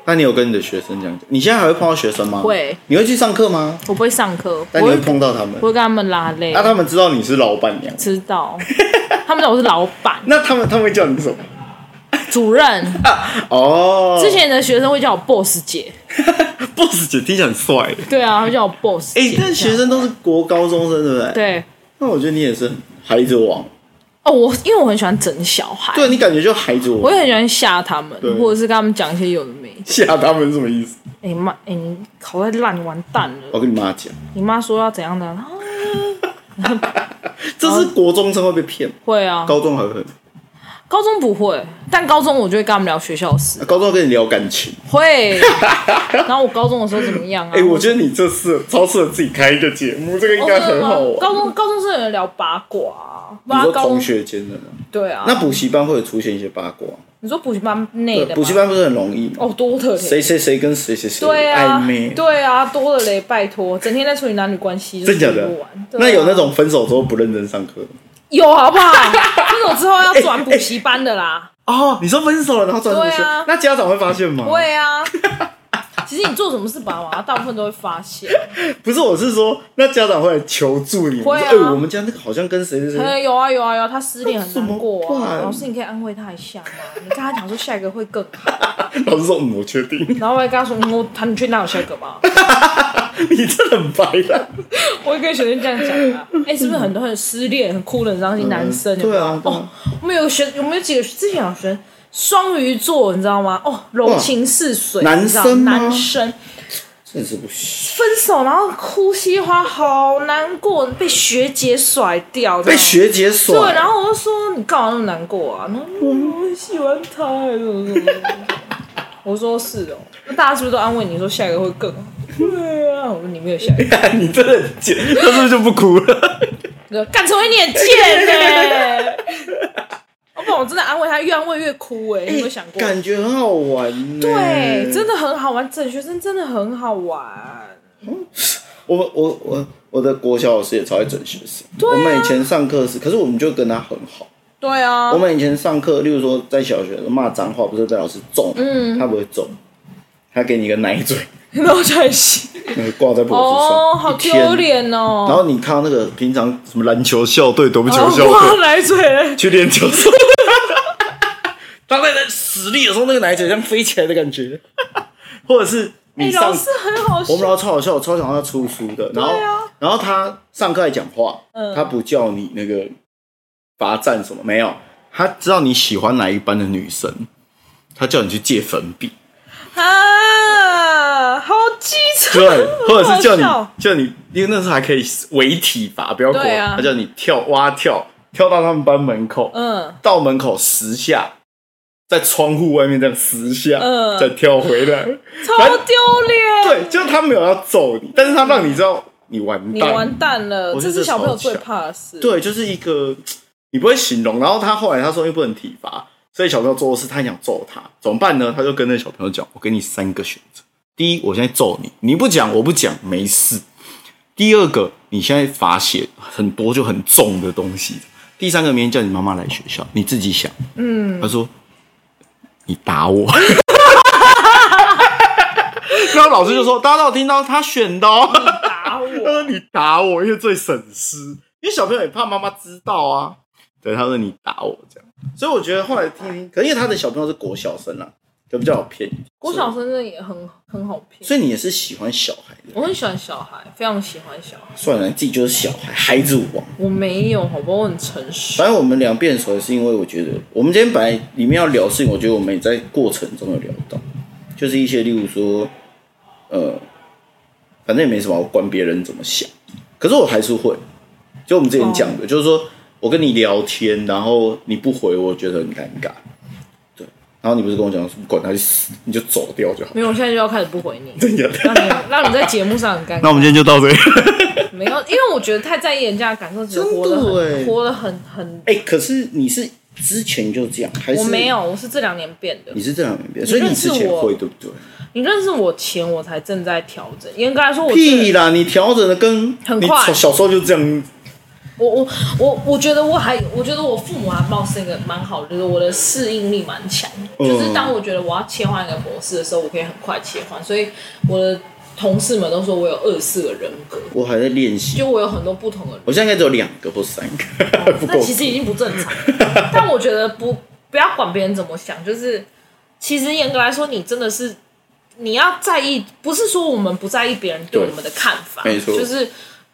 Speaker 3: 那你有跟你的学生讲？你现在还会碰到学生吗？
Speaker 5: 会。
Speaker 3: 你会去上课吗？
Speaker 5: 我不会上课，我
Speaker 3: 但你会
Speaker 5: 会
Speaker 3: 碰到他们啊
Speaker 5: 我？会跟他们拉累，
Speaker 3: 那他们知道你是老板娘，
Speaker 5: 知道 他们知道我是老板、
Speaker 3: 那他们他们会叫你什么？
Speaker 5: 主任。
Speaker 3: 哦，
Speaker 5: 之前的学生会叫我 boss 姐，
Speaker 3: boss 姐听起来很帅。
Speaker 5: 对啊，会叫我 boss 姐。
Speaker 3: 哎，但学生都是国高中生，对不对？。
Speaker 5: 对
Speaker 3: 那我觉得你也是孩子王，
Speaker 5: 哦，我因为我很喜欢整小孩，
Speaker 3: 对你感觉就孩子
Speaker 5: 我
Speaker 3: 王
Speaker 5: 也。很喜欢吓他们
Speaker 3: 对，
Speaker 5: 或者是跟他们讲一些有的没。
Speaker 3: 吓他们是什么意思？
Speaker 5: 哎、妈，哎、你考太烂，完蛋了！
Speaker 3: 我跟你妈讲，
Speaker 5: 你妈说要怎样的啊？
Speaker 3: 这是国中生会被骗，
Speaker 5: 会啊，
Speaker 3: 高中还会很，
Speaker 5: 高中不会，但高中我就会跟他们聊学校的事。
Speaker 3: 啊高中跟你聊感情。
Speaker 5: 会。 然后我高中的时候怎么样啊？
Speaker 3: 哎，我觉得你这是超适合自己开一个节目，这个应
Speaker 5: 哦
Speaker 3: 该
Speaker 5: 真
Speaker 3: 很
Speaker 5: 的吗
Speaker 3: 好玩。
Speaker 5: 高中高中是有人聊八卦、啊，不
Speaker 3: 你
Speaker 5: 然
Speaker 3: 说
Speaker 5: 高中
Speaker 3: 同学间的吗？
Speaker 5: 对啊。
Speaker 3: 那补习班会有出现一些八卦，
Speaker 5: 你说补习班内
Speaker 3: 对
Speaker 5: 的吗
Speaker 3: 补习班不是很容易吗？
Speaker 5: 哦多的嘞
Speaker 3: 谁？谁谁跟谁谁谁
Speaker 5: 对
Speaker 3: 暧
Speaker 5: 啊
Speaker 3: 昧，，
Speaker 5: 对啊，多的嘞，拜托，整天在处理男女关系，
Speaker 3: 真假
Speaker 5: 就是
Speaker 3: 的
Speaker 5: 不完？对啊
Speaker 3: 那有那种分手之后不认真上课
Speaker 5: 有好不 好？分手之后要转补习班的啦，
Speaker 3: 哦？你说分手了，然后转
Speaker 5: 对啊
Speaker 3: 那家长会发现吗？
Speaker 5: 会
Speaker 3: 哎
Speaker 5: 啊。其实你做什么事，爸妈大部分都会发现，
Speaker 3: 不是，我是说，那家长会来求助你们，
Speaker 5: 会啊
Speaker 3: 说哎，我们家那个好像跟谁谁
Speaker 5: 哎
Speaker 3: 谁，
Speaker 5: 有啊有啊有啊，他失恋很难过
Speaker 3: 嗯怎么
Speaker 5: 啊。
Speaker 3: 办
Speaker 5: 老师，你可以安慰他一下嘛，你跟他讲说下一个会更好。
Speaker 3: 老师说，嗯，我确定，
Speaker 5: 然后我还跟他说，嗯我他你确定他有下一个吗？
Speaker 3: 你真的很白烂，
Speaker 5: 我也跟学生这样讲 啊，哎、是不是很多人失恋、很哭的、很伤心？男生有没
Speaker 3: 对
Speaker 5: 有？
Speaker 3: 啊，对
Speaker 5: 哦
Speaker 3: 啊，
Speaker 5: 我们有学，我们有几个之前有学生双鱼座，你知道吗？哦，柔情似水，
Speaker 3: 哇
Speaker 5: 你知道
Speaker 3: 男生吗
Speaker 5: 男生
Speaker 3: 真是不行，
Speaker 5: 分手，然后哭稀花，好难过，被学姐甩掉，
Speaker 3: 被学姐
Speaker 5: 这样对，然
Speaker 3: 甩，
Speaker 5: 后我就说你干嘛那么难过啊？然后嗯我喜欢他，什么什么什么。我说是哦，那大家是不是都安慰你说下一个会更好？对啊，我说你没有下一个。
Speaker 3: 你真的很贱，他是不是就不哭了？
Speaker 5: 干成为你很贱呢、 老板，我真的安慰他，越安慰越哭哎、你有没有想过？
Speaker 3: 感觉很好玩呢，
Speaker 5: 对，真的很好玩，整学生真的很好玩。
Speaker 3: 我我我我的国小老师也超爱整学生，
Speaker 5: 啊
Speaker 3: 我们以前上课是，可是我们就跟他很好。
Speaker 5: 对啊
Speaker 3: 我，们以前上课，例如说在小学骂脏话，不是被老师揍，嗯，他不会揍，他给你一个奶嘴，
Speaker 5: 然后就很喜
Speaker 3: 那个挂在脖子上，
Speaker 5: 哦，好
Speaker 3: 一天
Speaker 5: 丢。脸哦。
Speaker 3: 然后你看到那个平常什么篮球校队、躲避球校
Speaker 5: 哇，
Speaker 3: 队，
Speaker 5: 奶嘴，
Speaker 3: 去练球的时候，他在那使力的时候，那个奶嘴像飞起来的感觉， 或者是你
Speaker 5: 哎，
Speaker 3: 上
Speaker 5: 老师很好
Speaker 3: 我们
Speaker 5: 笑，
Speaker 3: 老师超好笑，我超想让他出书的。然后，
Speaker 5: 对啊嗯
Speaker 3: 然后他上课还讲话，他不叫你那个罚站什么，没有，他知道你喜欢哪一班的女生，他叫你去借粉笔，
Speaker 5: 啊，好机车，
Speaker 3: 对，或者是叫你
Speaker 5: 很好笑
Speaker 3: 叫你，因为那时候还可以围体罚，不要过，
Speaker 5: 对啊
Speaker 3: 他叫你跳蛙跳，跳到他们班门口，
Speaker 5: 嗯，
Speaker 3: 到门口十下，在窗户外面这样十下，
Speaker 5: 嗯
Speaker 3: 再跳回来，
Speaker 5: 超丢脸，
Speaker 3: 对，就是他没有要揍你，但是他让你知道你完蛋，
Speaker 5: 你完蛋了，
Speaker 3: 我
Speaker 5: 这
Speaker 3: 觉得
Speaker 5: 是
Speaker 3: 这
Speaker 5: 小朋友最
Speaker 3: 超强
Speaker 5: 怕的事。，
Speaker 3: 对，就是一个你不会形容。然后他后来他说又不能体罚，所以小朋友做的事他很想揍他，怎么办呢？他就跟那小朋友讲：“我给你三个选择，第一，我现在揍你，你不讲我不讲，没事；第二个，你现在罚写很多就很重的东西；第三个，明天叫你妈妈来学校，你自己想。”嗯，他说：“你打我。” 然后老师就说：“大家都有听到他选的哦。”
Speaker 5: 打我，
Speaker 3: 他说你打我，因为最省事，因为小朋友也怕妈妈知道啊。对，他说你打我这样，所以我觉得后来听听，可能因为他的小朋友是国小生啦、就比较有偏。
Speaker 5: 郭小生真的也很很好骗。
Speaker 3: 所以你也是喜欢小孩的，
Speaker 5: 我很喜欢小孩，非常喜欢小孩。
Speaker 3: 算了，你自己就是小孩，孩子王。
Speaker 5: 我没有，好吧，我很诚实。
Speaker 3: 反正我们俩变熟，是因为我觉得我们今天本来里面要聊的事情，我觉得我们也在过程中有聊到，就是一些例如说，呃，反正也没什么，我管别人怎么想，可是我还是会，就我们之前讲的，就是说我跟你聊天，然后你不回，我觉得很尴尬，对，然后你不是跟我讲说管他去死，你就走掉就好，
Speaker 5: 没有，我现在就要开始不回你，
Speaker 3: 真的假
Speaker 5: 让
Speaker 3: 的。
Speaker 5: 你让你在节目上很尴
Speaker 4: 那
Speaker 5: 尬。
Speaker 4: 我们今天就到这里。
Speaker 5: 没有，因为我觉得太在意人家的感受，只是活得
Speaker 3: 真的欸
Speaker 5: 很活得很很。
Speaker 3: 哎、可是你是之前就这样，还是
Speaker 5: 我没？有，我是这两年变的
Speaker 3: 你。是这样没变，所以你
Speaker 5: 认识
Speaker 3: 之前
Speaker 5: 我
Speaker 3: 会对不对？
Speaker 5: 你认识我前，我才正在调整。严格来说，我
Speaker 3: 屁
Speaker 5: 是
Speaker 3: 啦！你调整的跟
Speaker 5: 很
Speaker 3: 你
Speaker 5: 快
Speaker 3: 小小时候就这样，
Speaker 5: 我我我我觉得我还我觉得我父母还貌似一个蛮好的，就是我的适应力蛮强。
Speaker 3: 嗯
Speaker 5: 就是当我觉得我要切换一个模式的时候，我可以很快切换。所以我的同事们都说我有二十四个人格，
Speaker 3: 我还在练习。
Speaker 5: 就我有很多不同的人格。
Speaker 3: 我现在应该只有两个或三个，不
Speaker 5: 那
Speaker 3: 够。
Speaker 5: 其实已经不正常 了。但我觉得不不要管别人怎么想，就是其实严格来说，你真的是你要在意，不是说我们不在意别人对
Speaker 3: 对
Speaker 5: 我们的看法，
Speaker 3: 没错
Speaker 5: 就是。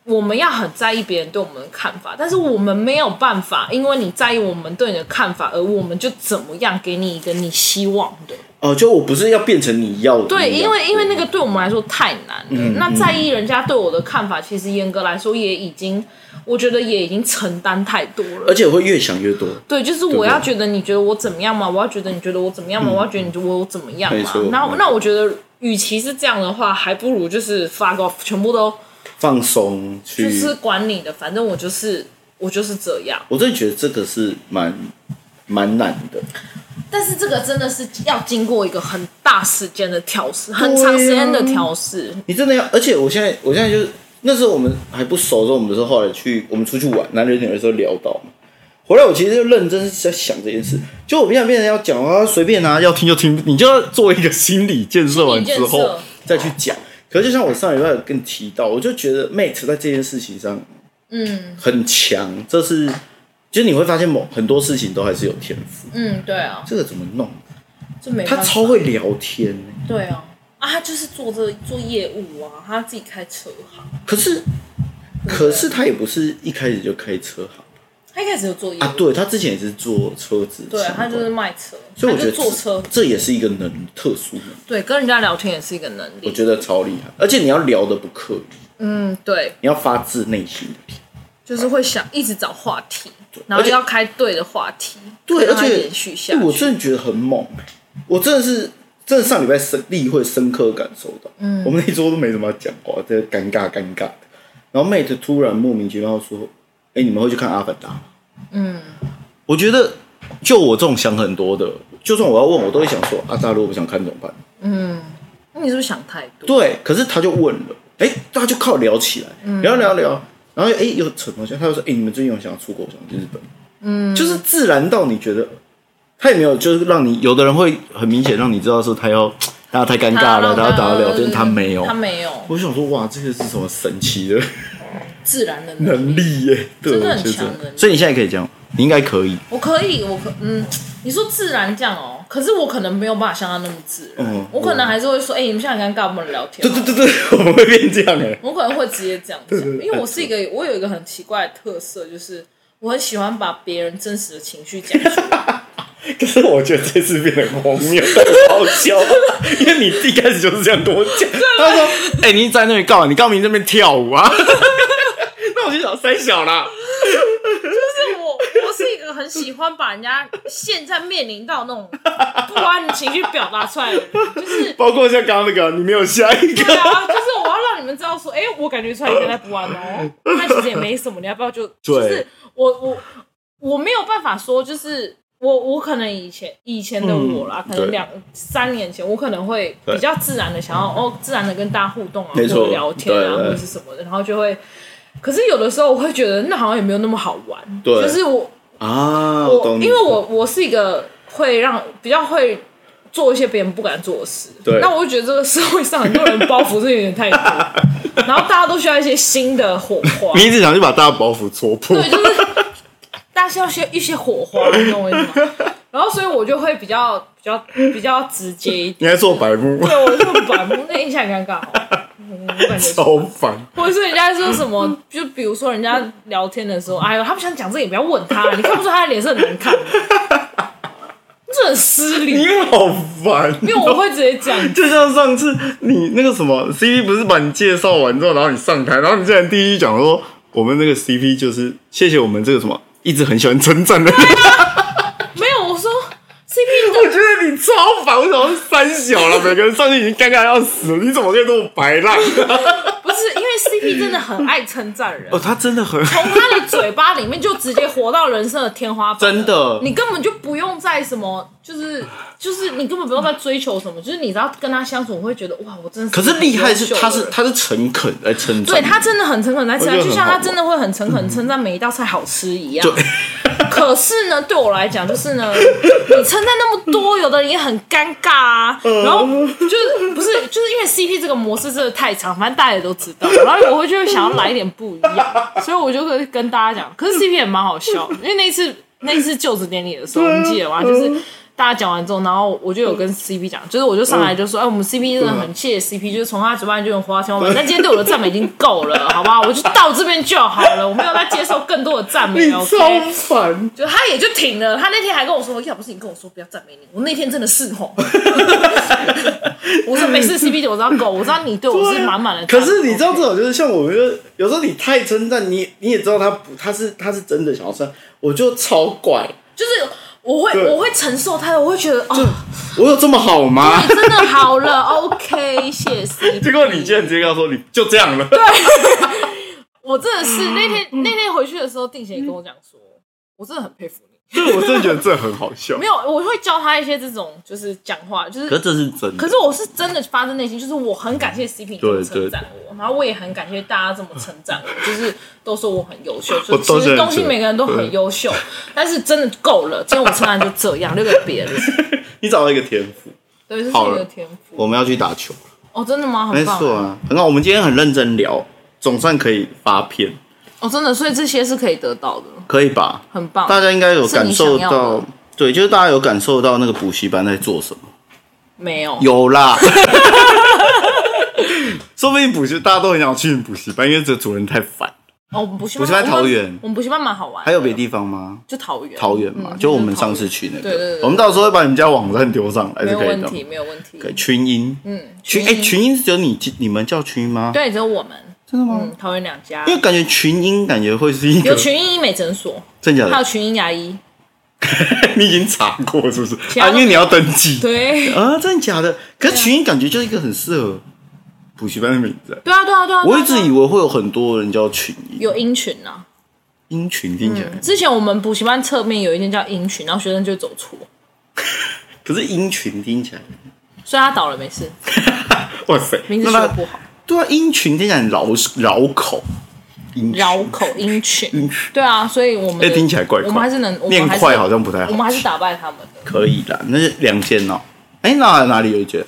Speaker 5: 我们要很在意别人对我们的看法，但是我们没有办法，因为你在意我们对你的看法，而我们就怎么样给你一个你希望的。
Speaker 3: 哦，就我不是要变成你要的那样。嗯
Speaker 5: 对，因为因为那个对我们来说太难了。那在意人家对我的看法，其实严格来说也已经，我觉得也已经承担太多了。
Speaker 3: 而且我会越想越多。
Speaker 5: 对，就是
Speaker 3: 不
Speaker 5: 我
Speaker 3: 对嗯
Speaker 5: 要觉得你觉得我怎么样嘛，我要觉得你觉得我怎么样嘛，我要觉得你觉得我怎么样
Speaker 3: 没
Speaker 5: 嘛
Speaker 3: 错。
Speaker 5: 然
Speaker 3: 没
Speaker 5: 后
Speaker 3: 错
Speaker 5: 那我觉得，与其是这样的话，还不如就是 fuck off，全部都
Speaker 3: 放松去，
Speaker 5: 就是管你的，反正我就是我就是这样。
Speaker 3: 我真的觉得这个是蛮蛮难的。
Speaker 5: 但是这个真的是要经过一个很大时间的调试，很
Speaker 3: 啊
Speaker 5: 长时间的调试。
Speaker 3: 你真的要，而且我现在我现在就是那时候我们还不熟的时候，我们是后来去我们出去玩，男人女的时候聊到嘛。回来我其实就认真在想这件事，就我不想变成要讲啊，随便啊，要听就听，你就要做一个心理建设完之
Speaker 5: 心理建
Speaker 3: 后
Speaker 5: 设
Speaker 3: 再去讲。可是就像我上礼拜有跟你提到，我就觉得 mate 在这件事情上，嗯，很强，这是就是你会发现某很多事情都还是有天赋，
Speaker 5: 嗯，对啊，
Speaker 3: 这个怎么弄？
Speaker 5: 就没
Speaker 3: 他
Speaker 5: 办法
Speaker 3: 超会聊天、欸，
Speaker 5: 对啊啊，他就是做这做业务啊，他自己开车行，
Speaker 3: 可是，可是他也不是一开始就开车行
Speaker 5: 他一开始就做业务，
Speaker 3: 啊。对他之前也是做车子相关，
Speaker 5: 对啊他就是卖车，
Speaker 3: 所以我
Speaker 5: 他
Speaker 3: 觉得
Speaker 5: 就坐
Speaker 3: 这
Speaker 5: 车
Speaker 3: 这也是一个能特殊能力，
Speaker 5: 对，跟人家聊天也是一个能
Speaker 3: 我
Speaker 5: 力。
Speaker 3: 觉得超厉害。而且你要聊的不刻意，
Speaker 5: 嗯，对，
Speaker 3: 你要发自内心的。
Speaker 5: 就是会想一直找话题，然
Speaker 3: 而
Speaker 5: 后
Speaker 3: 且
Speaker 5: 要开对的话题，
Speaker 3: 对，而
Speaker 5: 让它
Speaker 3: 且
Speaker 5: 延续下
Speaker 3: 哎我
Speaker 5: 去。
Speaker 3: 真的觉得很猛、欸，我真的是真的上礼拜深例会深刻感受到，嗯，我们那一桌都没怎么讲话，真的尴尬尴尬的。然后 Mate 突然莫名其妙说：“哎、你们会去看《阿凡达》吗？”嗯，我觉得就我这种想很多的，就算我要问，我都会想说：“啊，大陆我不想看怎么办
Speaker 5: 那你是不是想太多？
Speaker 3: 对，可是他就问了，哎，大家就靠聊起
Speaker 5: 嗯
Speaker 3: 来，聊聊聊，然后哎又扯东西，他就说哎你们最近有想要出国，我想去日本，嗯，就是自然到你觉得他也没有，就是让你有的人会很明显让你知道说他要大家太尴尬了，大家打到聊天，他没有
Speaker 5: 他。没有
Speaker 3: 我想说，哇，这个是什么神奇的
Speaker 5: 自然的能力
Speaker 3: 能力耶？对，
Speaker 5: 真的很
Speaker 3: 我觉得
Speaker 5: 强能力啊
Speaker 3: 所以你现在可以这样，你应该可以。
Speaker 5: 我可以，我可嗯，你说自然这样哦，可是我可能没有办法像他那么自然，
Speaker 3: 嗯
Speaker 5: 我可能还是会说，哎、你们现在很尴尬，我们聊天
Speaker 3: 对
Speaker 5: 吗。
Speaker 3: 对对对，我们会变这样哎。
Speaker 5: 我可能会直接这样
Speaker 3: 对
Speaker 5: 讲，
Speaker 3: 对
Speaker 5: 因为我是一个，我有一个很奇怪的特色，就是我很喜欢把别人真实的情绪讲出来。
Speaker 3: 可是我觉得这次变得很荒谬，但很好笑，因为你一开始就是这样跟我讲。他说：“哎、你在那里干嘛？你干嘛你这边跳舞啊？” 那我就想三小啦。
Speaker 5: 就是我，我是一个很喜欢把人家现在面临到那种不安的情绪表达出来的人，就是
Speaker 3: 包括像刚刚那个，你没有下一个。
Speaker 5: 对啊，就是我要让你们知道说，哎、我感觉出来你现在不安哦，那其实也没什么，你要不要 就就是我我我没有办法说，就是我我可能以前以前的我啦，
Speaker 3: 嗯
Speaker 5: 可能
Speaker 3: 对
Speaker 5: 两三年前，我可能会
Speaker 3: 对
Speaker 5: 比较自然的想要哦，自然的跟大家互动啊，
Speaker 3: 没错
Speaker 5: 或者聊天啊，
Speaker 3: 对对
Speaker 5: 或者是什么的，然后就会。可是有的时候我会觉得那好像也没有那么好玩，
Speaker 3: 对
Speaker 5: 就是我
Speaker 3: 啊，
Speaker 5: 我
Speaker 3: 懂你
Speaker 5: 因为我我是一个会让比较会做一些别人不敢做的事，
Speaker 3: 对
Speaker 5: 那我就觉得这个社会上很多人包袱是有点 太多，然后大家都需要一些新的火花，
Speaker 3: 你一直想去把大家包袱戳破。
Speaker 5: 对，就是大家需要些一些火花，你懂我意思吗？然后所以我就会比较比较比较直接一点，
Speaker 3: 你还做白目，
Speaker 5: 对我就把那印象尴尬哦，嗯我感觉 是
Speaker 3: 超烦。
Speaker 5: 或者是人家说什
Speaker 3: 嗯
Speaker 5: 么，就比如说人家聊天的时候，哎呦，他不想讲这个，也不要问 他，你看不出他的脸色很难看吗，这很失
Speaker 3: 你
Speaker 5: 礼。
Speaker 3: 好烦，哦
Speaker 5: 因为我会直接讲，
Speaker 3: 就像上次你那个什么 CP 不是把你介绍完之后，然后你上台，然后你竟然第一句讲说我们那个 CP 就是谢谢我们这个什么一直很喜欢称赞的，我
Speaker 5: 没有，我说 CP
Speaker 3: 觉得你超烦，我想说三小了，每个人上去已经尴尬要死了，你怎么可以这么白烂？
Speaker 5: 的不是因为 CP 真的很爱称赞人
Speaker 3: 哦，，他真的很
Speaker 5: 从他的嘴巴里面就直接活到人生的天花板，
Speaker 3: 真的
Speaker 5: 你根本就不用再什么，就是就是你根本不用再追求什么，就是你只要跟他相处，我会觉得哇，我真的
Speaker 3: 可是厉害是
Speaker 5: 优秀的
Speaker 3: 他是
Speaker 5: 人
Speaker 3: 他是诚恳来称
Speaker 5: 对
Speaker 3: 赞，
Speaker 5: 他真的很诚恳在吃
Speaker 3: 我觉
Speaker 5: 饭，
Speaker 3: 得
Speaker 5: 就
Speaker 3: 很
Speaker 5: 像
Speaker 3: 好
Speaker 5: 他
Speaker 3: 玩嗯
Speaker 5: 真的会很诚恳称赞每一道菜好吃一样。啊
Speaker 3: 对
Speaker 5: 可是呢，对我来讲，就是呢， 你称赞那么多，有的人也很尴尬啊。然后就是不是就是因为 CP 这个模式真的太长，反正大家也都知道。然后我会就会想要来一点不一样，所以我就会跟大家讲。可是 CP 也蛮好笑的，因为那一次那一次就职典礼的时候，你记得吗？就是。大家讲完之后，然后我就有跟 CP 讲，就是我就上来就说，哎，我们 CP 真的很谢谢 CP，就是从他嘴巴里就能活到千万万。但今天对我的赞美已经够了，好不好？我就到这边就好了，我没有再接受更多的赞美。OK，
Speaker 3: 烦，
Speaker 5: 就他也就停了。他那天还跟我说，要不是你跟我说不要赞美你，我那天真的是 吼。我说没事，CP 我知道够，我知道你对 我是满满 的赞
Speaker 3: 可
Speaker 5: 美。
Speaker 3: 是你知道
Speaker 5: OK
Speaker 3: 这种就是像我们就有时候你太称赞你，你也知道他不他是他是真的想要称赞，我就超怪，
Speaker 5: 就是我会
Speaker 3: 对
Speaker 5: 我会承受他的，我会觉得哦，
Speaker 3: 我有这么好吗？
Speaker 5: 你 真的好了，OK，谢谢哦 CP。
Speaker 3: 结果你竟然直接跟他说你就这样了，
Speaker 5: 我真的是那天那天回去的时候，定贤也跟我讲说，我真的很佩服你。
Speaker 3: 对我真的觉得这很好笑
Speaker 5: 没。有，我会教他一些这种就是讲话，就是
Speaker 4: 可是这是真的，
Speaker 5: 可是我是真的发自内心，就是我很感谢 CP 这么称赞我，然后我也很感谢大家这么称赞我，就是都说我很 优秀，就
Speaker 3: 我
Speaker 5: 其
Speaker 3: 都是
Speaker 5: 实
Speaker 3: 很
Speaker 5: 东西
Speaker 3: 觉得
Speaker 5: 每个人都很优秀，但是真的够了，今天我称赞就这样，留给别 人，
Speaker 3: 你找到一个天赋，
Speaker 5: 对，这是
Speaker 3: 好
Speaker 5: 一
Speaker 3: 了
Speaker 5: 个天赋。
Speaker 3: 我们要去打球，
Speaker 5: 哦，真的吗？
Speaker 3: 没
Speaker 5: 很棒，
Speaker 3: 错啊，很好。我们今天很认真聊，总算可以发片，
Speaker 5: 哦，真的，所以这些是可以得到的，
Speaker 3: 可以吧？
Speaker 5: 很棒。
Speaker 3: 大家应该有感受
Speaker 5: 是你想要
Speaker 3: 到，对，就是大家有感受到那个补习班在做什么。
Speaker 5: 没有，
Speaker 3: 有啦， 说不定补习大家都很想去补习班，因为这主任太烦。
Speaker 5: 哦，我们补习
Speaker 3: 补习班
Speaker 5: 我们
Speaker 3: 桃园
Speaker 5: 我们补习班蛮好玩的，
Speaker 3: 还有别地方吗？
Speaker 5: 就桃园，
Speaker 3: 桃园嘛，
Speaker 5: 嗯
Speaker 3: 就我们上次去那个，
Speaker 5: 对对对
Speaker 3: 我们到时候会把你们家网站丢上来，
Speaker 5: 没
Speaker 3: 就
Speaker 5: 有
Speaker 3: 可以
Speaker 5: 问
Speaker 3: 的。
Speaker 5: 题，没有问题，
Speaker 3: 可以群英，
Speaker 5: 嗯，
Speaker 3: 群哎、
Speaker 5: 英
Speaker 3: 群英是只有你你们叫群英吗？
Speaker 5: 对，只有我们，
Speaker 3: 真的吗？
Speaker 5: 嗯，桃园两家
Speaker 3: 因，为感觉群英感觉会是一
Speaker 5: 有
Speaker 3: 个
Speaker 5: 群英医美诊所，
Speaker 3: 真假
Speaker 5: 还有
Speaker 3: 的，
Speaker 5: 群英牙医，
Speaker 3: 你已经查过是不是？
Speaker 5: 其他
Speaker 3: 啊，
Speaker 5: 都
Speaker 3: 因为你要登记
Speaker 5: 对，
Speaker 3: 啊，真的假的？可是群英感觉就是一个很适合补习班的名字欸。
Speaker 5: 对啊，对啊，对啊。对啊
Speaker 3: 我一直
Speaker 5: 对啊
Speaker 3: 以为会有很多人叫群英，
Speaker 5: 有音群啊，
Speaker 3: 英群听起来，
Speaker 5: 之前我们补习班侧面有一间叫音群，然后学生就走错，
Speaker 3: 可是英群听起来，
Speaker 5: 所以他倒了没事，
Speaker 3: 哇塞，
Speaker 5: 名字
Speaker 3: 那
Speaker 5: 学
Speaker 3: 他
Speaker 5: 不好。
Speaker 3: 对啊，鹰群听起来很绕绕口，鹰群
Speaker 5: 绕口音群。
Speaker 3: 鹰群，
Speaker 5: 对啊，所以我们的
Speaker 3: 哎听起来怪怪
Speaker 5: 我们还是能我
Speaker 3: 念
Speaker 5: 们还是
Speaker 3: 快好像不太好
Speaker 5: 我们还是打败他们的。
Speaker 3: 可以啦，那是两间哦。哎，那哪里有一间？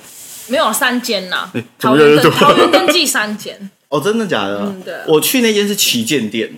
Speaker 5: 没有啊三间呐
Speaker 3: 哎，怎
Speaker 5: 桃
Speaker 3: 么越来
Speaker 5: 园
Speaker 3: 越多
Speaker 5: 登桃园登记三间，
Speaker 3: 哦，真的假的？
Speaker 5: 嗯对啊
Speaker 3: 我去那间是旗舰店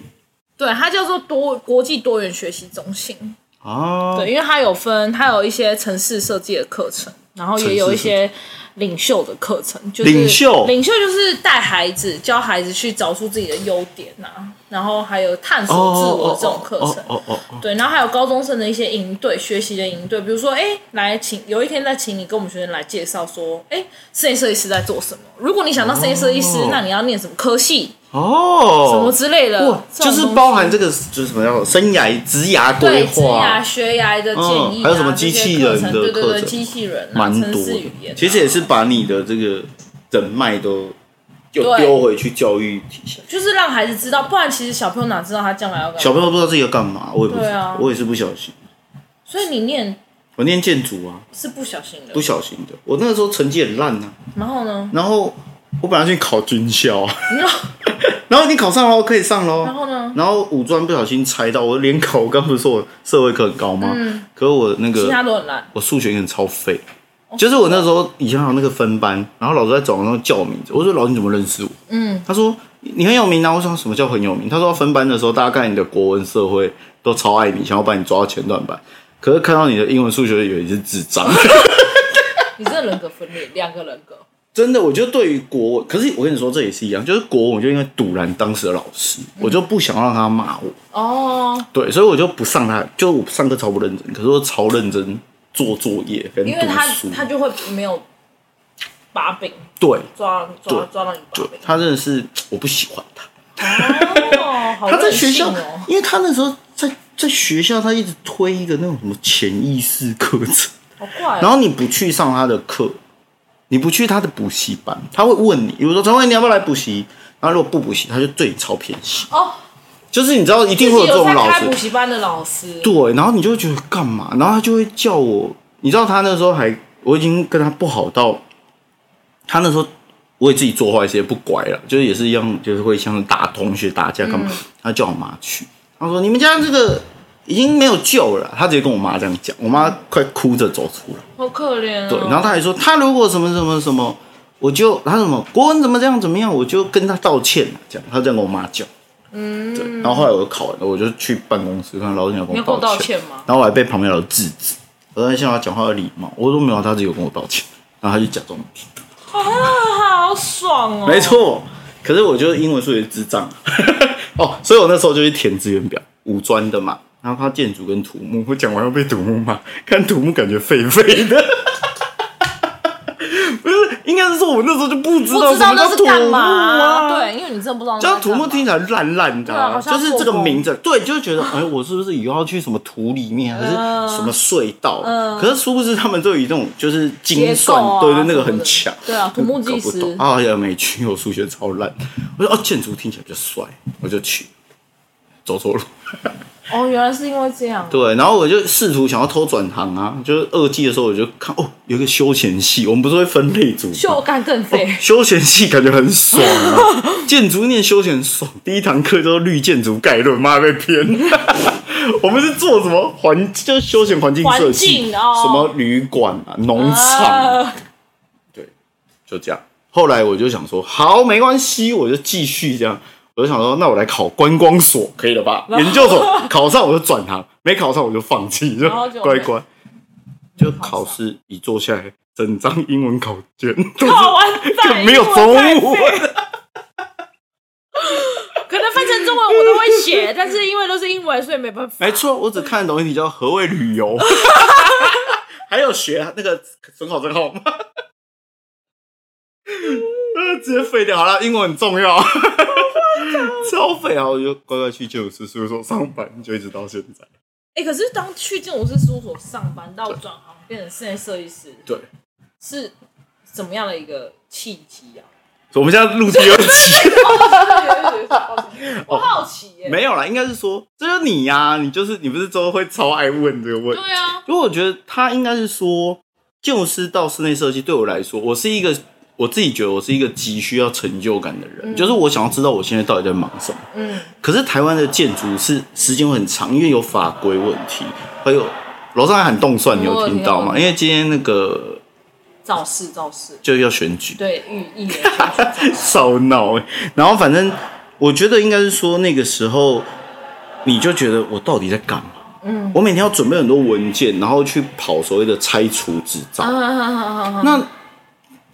Speaker 5: 对，它叫做多国际多元学习中心，
Speaker 3: 啊。
Speaker 5: 对，因为它有分，它有一些城市设计的课程，然后也有一些领袖的课程，就是
Speaker 3: 领袖
Speaker 5: 领袖就是带孩子教孩子去找出自己的优点啊，然后还有探索
Speaker 3: 哦
Speaker 5: 自
Speaker 3: 哦
Speaker 5: 我
Speaker 3: 哦
Speaker 5: 这种课程，
Speaker 3: 哦哦哦，
Speaker 5: 对，然后还有高中生的一些营队，学习的营队，比如说，哎，来请有一天再请你跟我们学生来介绍说，哎，室内设计师在做什么？如果你想当室内设计师，那你要念什么科系，
Speaker 3: 哦，
Speaker 5: 什么之类的，
Speaker 3: 哇，
Speaker 5: 这种
Speaker 3: 就是
Speaker 5: 东西
Speaker 3: 包含这个就是什么叫做生涯职涯规
Speaker 5: 对职涯、
Speaker 3: 划，
Speaker 5: 啊学涯的建议、啊
Speaker 3: 嗯还有什么
Speaker 5: 这些
Speaker 3: 机器人的
Speaker 5: 课程对对
Speaker 3: 课
Speaker 5: 对，
Speaker 3: 程
Speaker 5: 机器人、啊、
Speaker 3: 蛮多
Speaker 5: 城市
Speaker 3: 的
Speaker 5: 语言啊、。
Speaker 3: 其实也是把你的这个人脉都就
Speaker 5: 对
Speaker 3: 丢回去教育体系。
Speaker 5: 就是让孩子知道，不然其实小朋友哪知道他将来要干嘛？
Speaker 3: 小朋友不知道自己要干嘛，我也不知
Speaker 5: 对
Speaker 3: 道，
Speaker 5: 啊
Speaker 3: 我也是不小心，
Speaker 5: 所以你念
Speaker 3: 我念建筑啊，
Speaker 5: 是不小心的
Speaker 3: 不。小心的。我那个时候成绩很烂啊，
Speaker 5: 然后呢？
Speaker 3: 然后我本来去考军校啊，
Speaker 5: 然后
Speaker 3: 然后你考上喽，可以上喽。
Speaker 5: 然后呢？
Speaker 3: 然后五专不小心猜到，我联考，我刚不是说我社会课很高吗？
Speaker 5: 嗯
Speaker 3: 可是我那个
Speaker 5: 其他都很烂。
Speaker 3: 我数学也很超废，
Speaker 5: 哦
Speaker 3: 就是我那时候以前好像那个分班，然后老师在走廊上叫我名字，我说老师你怎么认识我？
Speaker 5: 嗯，
Speaker 3: 他说你很有名啊，我说什么叫很有名？他说分班的时候，大家看你的国文、社会都超爱你，想要把你抓到前段班，可是看到你的英文、数学，以为你是智障。
Speaker 5: 你这人格分裂，两个人格。
Speaker 3: 真的，我就对于国文，可是我跟你说这也是一样，就是国文，我就因为堵拦当时的老师，
Speaker 5: 嗯
Speaker 3: 我就不想让他骂我，
Speaker 5: 哦，
Speaker 3: 对，所以我就不上他，就我上课超不认真，可是我超认真做作业跟
Speaker 5: 因
Speaker 3: 读
Speaker 5: 为他
Speaker 3: 书，
Speaker 5: 他就会没有把柄
Speaker 3: 对
Speaker 5: 抓抓
Speaker 3: 对
Speaker 5: 抓到你把
Speaker 3: 对
Speaker 5: 柄，。
Speaker 3: 他真的是我不喜欢他。
Speaker 5: 哦，好
Speaker 3: 他在
Speaker 5: 任
Speaker 3: 学
Speaker 5: 性
Speaker 3: 校
Speaker 5: 哦，。
Speaker 3: 因为他那时候在在学校，他一直推一个那种什么潜意识课程，
Speaker 5: 好怪哦。
Speaker 3: 然后你不去上他的课，你不去他的补习班，他会问你，比如说陈伟你要不要来补习？然后如果不补习，他就对你超偏心。
Speaker 5: 哦，
Speaker 3: 就是你知道一
Speaker 5: 自
Speaker 3: 定
Speaker 5: 己
Speaker 3: 会有这
Speaker 5: 有
Speaker 3: 种
Speaker 5: 在
Speaker 3: 老
Speaker 5: 开
Speaker 3: 师
Speaker 5: 补，习班的老师，
Speaker 3: 对，然后你就会觉得干嘛？然后他就会叫我，你知道他那时候还我已经跟他不好到，他那时候我也自己做坏事也不乖了，就是也是一样，就是会像打同学打架干嘛？他叫我妈去，他说你们家这个已经没有救了，他直接跟我妈这样讲，我妈快哭着走出来。
Speaker 5: 好可怜哦。
Speaker 3: 对，然后他还说他如果什么什么什么，我就他什么国文怎么这样怎么样，我就跟他道歉这样，他这样跟我妈讲。嗯，对，然后后来我考完了，我就去办公室看老师娘跟我
Speaker 5: 你要跟我道
Speaker 3: 道
Speaker 5: 歉吗？
Speaker 3: 然后我还被旁边老师制止，我在向他讲话要礼貌，我说没有，他只有跟我道歉，然后他就假装没听，
Speaker 5: 啊，好爽哦。
Speaker 3: 没，错。可是我就是英文数学智 障哦，所以我那时候就去填志愿表，五专的嘛，然后他建筑跟土木，我讲完要被土木骂，看土木感觉废废的。 不是，应该是说我那时候就不知
Speaker 5: 不
Speaker 3: 道
Speaker 5: 知道
Speaker 3: 什么
Speaker 5: 那
Speaker 3: 叫
Speaker 5: 是
Speaker 3: 土
Speaker 5: 干
Speaker 3: 木
Speaker 5: 嘛
Speaker 3: 啊，
Speaker 5: 啊？，对，因为你真的不知道那在
Speaker 3: 就
Speaker 5: 干嘛。
Speaker 3: 土木听起来烂烂的、
Speaker 5: 对啊好像
Speaker 3: 就是这个
Speaker 5: 做工
Speaker 3: 名字，对，就觉得哎，我是不是以后要去什么土里面，还是
Speaker 5: 嗯
Speaker 3: 什么隧道？
Speaker 5: 嗯
Speaker 3: 可是殊不知他们都有一种就是精
Speaker 5: 结构
Speaker 3: 算，
Speaker 5: 啊
Speaker 3: 对对，那个
Speaker 5: 什么
Speaker 3: 很
Speaker 5: 的
Speaker 3: 强。
Speaker 5: 对啊土木技师
Speaker 3: 搞不懂啊，也没去，我数学超烂。我说哦，建筑听起来比较帅，我就去，走错路。
Speaker 5: 哦，原来是因为这样。
Speaker 3: 对，然后我就试图想要偷转行啊，就是二季的时候我就看哦，有一个休闲系，我们不是会分类组吗
Speaker 5: 秀干更废，
Speaker 3: 休闲系感觉很爽啊， 建筑念休闲爽。第一堂课叫《绿建筑概论》，妈被 骗。我们是做什么环，就是休闲环境设计，
Speaker 5: 环境哦
Speaker 3: 什么旅馆啊、农场，
Speaker 5: 啊
Speaker 3: 对，就这样。后来我就想说，好，没关系，我就继续这样。我就想说，那我来考观光所，可以了 吧？研究所考上我就转行，没考上我就放弃，就
Speaker 5: 然后就
Speaker 3: 乖乖。就考试一坐下来，整张英文考卷都是
Speaker 5: 靠哦完蛋，
Speaker 3: 没有中
Speaker 5: 英文太废
Speaker 3: 文。
Speaker 5: 可能翻成中文我都会写，但是因为都是英文，所以没办法。
Speaker 3: 没错，我只看得懂一题叫何谓旅游， 还有学那个准考证号码， 呃直接废掉好了。英文很重要， 超废啊！我就乖乖去建筑师事务所上班，就一直到现在。
Speaker 5: 哎、可是当去建筑师事务所上班到转行变成室内设计师，
Speaker 3: 对，
Speaker 5: 是怎么样的一个契机 啊？
Speaker 3: 我们现在录第 二集，
Speaker 5: 我好奇耶、
Speaker 3: 哦没有啦，应该是说这就是你呀、你就是你不是都会超爱问这个问题。
Speaker 5: 对啊，
Speaker 3: 因为我觉得他应该是说，建筑师到室内设计对我来说，我是一个我自己觉得我是一个极需要成就感的人，就是我想要知道我现在到底在忙什么。嗯，可是台湾的建筑是时间会很长，因为有法规问题，还有楼上还喊动算，你
Speaker 5: 我
Speaker 3: 有
Speaker 5: 有
Speaker 3: 听
Speaker 5: 听
Speaker 3: 到
Speaker 5: 到
Speaker 3: 吗？因为今天那个
Speaker 5: 造势造势，
Speaker 3: 就要选举，
Speaker 5: 对，寓意也是造势
Speaker 3: 烧脑、欸。然后反正我觉得应该是说那个时候，你就觉得我到底在干嘛？嗯，我每天要准备很多文件，然后去跑所谓的拆除执照。
Speaker 5: 啊啊啊啊啊啊
Speaker 3: 那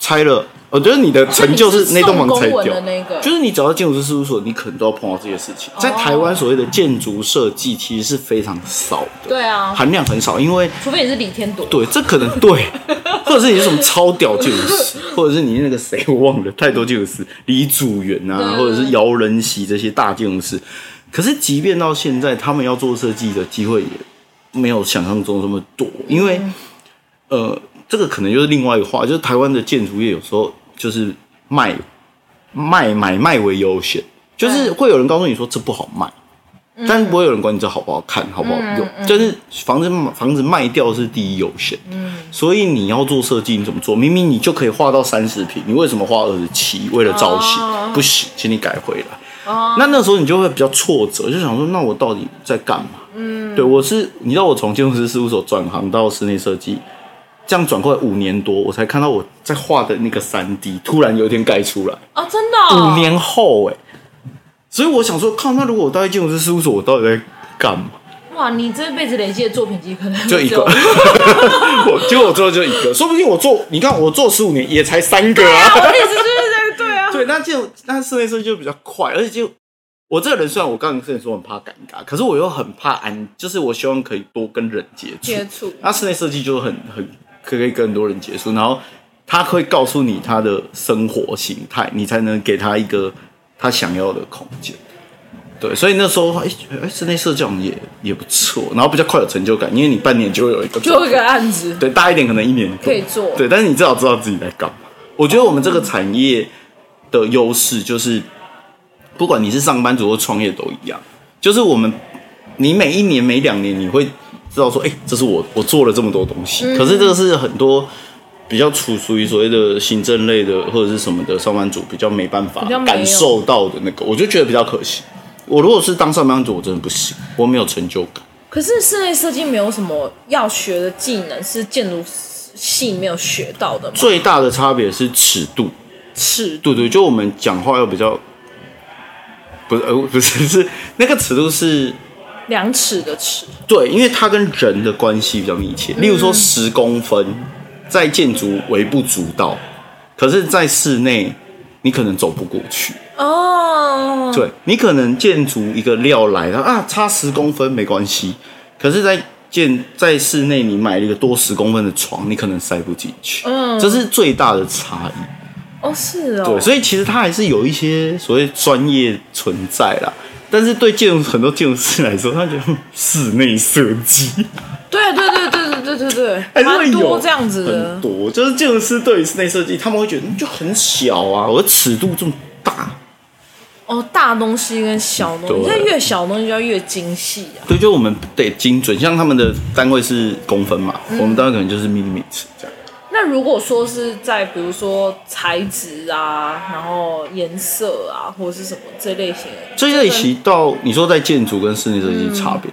Speaker 3: 拆了，我觉得你的 成就是那栋房
Speaker 5: 送
Speaker 3: 拆
Speaker 5: 公文
Speaker 3: 掉
Speaker 5: 的。那个，
Speaker 3: 就是你找到建筑师事务所，你可能都要碰到这些事情。在台
Speaker 5: 哦
Speaker 3: 湾，所谓的建筑设计其实是非常少的，
Speaker 5: 对啊，
Speaker 3: 含量很少，因为
Speaker 5: 除非你是李天朵，
Speaker 3: 对，这可能对， 或者是你是什么超屌建筑师，或者是你那个谁我忘了，太多建筑师，李祖源啊，
Speaker 5: 对
Speaker 3: 或者是姚仁喜这些大建筑师。可是即便到现在，他们要做设计的机会也没有想象中这么多，因为、
Speaker 5: 嗯
Speaker 3: 呃，这个可能就是另外一个话，就是台湾的建筑业有时候就是卖卖买卖为优先，就是会有人告诉你说这不好卖。
Speaker 5: 嗯
Speaker 3: 但不会有人管你这好不好看、好不好用，就是房子房子卖掉是第一优先。
Speaker 5: 嗯
Speaker 3: 所以你要做设计，你怎么做？明明你就可以画到三十平，你为什么画二十七？为了造型，
Speaker 5: 哦
Speaker 3: 不行，请你改回来。那那时候你就会比较挫折，就想说，那我到底在干嘛？嗯，对我是，你知道我从建筑师事务所转行到室内设计，这样转过来五年多，我才看到我在画的那个三 D 突然有一天盖出来。
Speaker 5: 啊，真的
Speaker 3: 五
Speaker 5: 哦
Speaker 3: 年后哎、所以我想说，靠，那如果我待在建筑师事务所，我到底在干嘛？
Speaker 5: 哇，你这辈子累积的作品集可能
Speaker 3: 就一个，
Speaker 5: 只有
Speaker 3: 我结果我最后就一个，说不定我做，你看我做十五年也才三个啊。
Speaker 5: 我的意思就是这个，对啊，
Speaker 3: 对，那就那室内设计就比较快，而且就我这个人虽然我刚刚跟你说很怕尴尬，可是我又很怕安，就是我希望可以多跟人接触。
Speaker 5: 接触
Speaker 3: 那室内设计就很很可以跟很多人接触，然后他会告诉你他的生活形态，你才能给他一个他想要的空间。对，所以那时候哎哎，室内设计好像也也不错，然后比较快有成就感，因为你半年就会有一个
Speaker 5: 就一个案子，
Speaker 3: 对，大一点可能一年多
Speaker 5: 可以做
Speaker 3: 对，但是你至少知道自己在干嘛。我觉得我们这个产业的优势就是，不管你是上班族或创业都一样，就是我们你每一年每两年你会知道说，哎、这是我我做了这么多东西，
Speaker 5: 嗯
Speaker 3: 可是这个是很多。比较处属于所谓的行政类的或者是什么的上班族比较没办法
Speaker 5: 比较没有
Speaker 3: 感受到的那个，我就觉得比较可惜。我如果是当上班族，我真的不行，我没有成就感。
Speaker 5: 可是室内设计没有什么要学的技能，是建筑系没有学到的吗？
Speaker 3: 最大的差别是尺度，
Speaker 5: 尺度
Speaker 3: 对对，就我们讲话要比较，不是呃 不是是那个尺度是
Speaker 5: 量尺的尺，
Speaker 3: 对，因为它跟人的关系比较密切。例如说十公分，在建筑微不足道，可是在室内你可能走不过去。
Speaker 5: 哦，
Speaker 3: 对你可能建筑一个料来了啊，差十公分没关系，可是，在建在室内你买了一个多十公分的床，你可能塞不进去。嗯，这是最大的差异。
Speaker 5: 哦是哦，
Speaker 3: 对，所以其实它还是有一些所谓专业存在啦。但是对建筑很多建筑师来说，他觉得哼室内设计
Speaker 5: 对对对对对对对
Speaker 3: 还
Speaker 5: 对，
Speaker 3: 是会
Speaker 5: 蛮
Speaker 3: 哎有
Speaker 5: 多这样子
Speaker 3: 很
Speaker 5: 的，
Speaker 3: 多就是建筑师对于室内设计，他们会觉得嗯就很小啊，我的尺度这么大。
Speaker 5: 哦，大东西跟小东西，
Speaker 3: 对
Speaker 5: 现在越小的东西就要越精细啊，
Speaker 3: 对，就我们得精准，像他们的单位是公分嘛，我们单位可能就是 millimeter 这样。
Speaker 5: 那如果说是在比如说材质啊，然后颜色啊，或者是什么这类型的，
Speaker 3: 这类型到你说在建筑跟室内设计差别，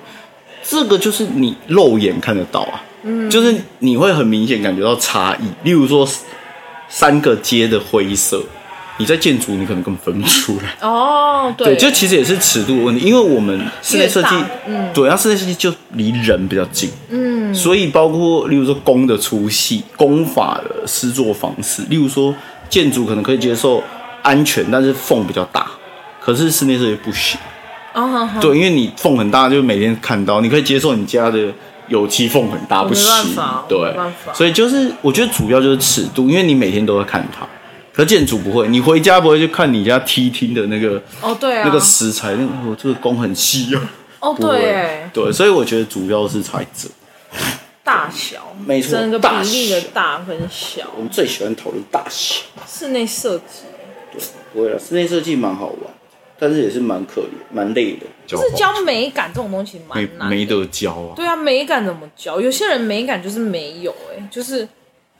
Speaker 3: 这个就是你肉眼看得到啊，就是你会很明显感觉到差异。例如说三个阶的灰色，你在建筑你可能根本分不出来。
Speaker 5: 哦，
Speaker 3: 对，就其实也是尺度的问题，因为我们室内设计
Speaker 5: 越大，嗯
Speaker 3: 对，然后室内设计就离人比较近，嗯，所以包括例如说工的粗细、工法的施作方式，例如说建筑可能可以接受安全，但是缝比较大，可是室内设计不行，
Speaker 5: 哦好好
Speaker 3: 对，因为你缝很大，就每天看到，你可以接受你家的油漆缝很大，
Speaker 5: 我
Speaker 3: 不
Speaker 5: 没办
Speaker 3: 行
Speaker 5: 法，
Speaker 3: 对
Speaker 5: 我没办法，
Speaker 3: 所以就是我觉得主要就是尺度，因为你每天都会看它。可建筑不会，你回家不会去看你家梯厅的那个
Speaker 5: 哦对啊，
Speaker 3: 那个食材，那个我这个工很细啊。
Speaker 5: 哦
Speaker 3: 不会
Speaker 5: 对哎，
Speaker 3: 对，所以我觉得主要是材质。
Speaker 5: 大小，
Speaker 3: 没错
Speaker 5: 整个比
Speaker 3: 大
Speaker 5: 例的
Speaker 3: 小
Speaker 5: 大跟小，
Speaker 3: 我们最喜欢讨论大小。
Speaker 5: 室内设计
Speaker 3: 不会了，室内设计蛮好玩，但是也是蛮可怜、蛮累的。
Speaker 5: 就是教美感这种东西蛮
Speaker 3: 没
Speaker 5: 难的
Speaker 3: 没得教啊。
Speaker 5: 对啊，美感怎么教？有些人美感就是没有、欸，哎，就是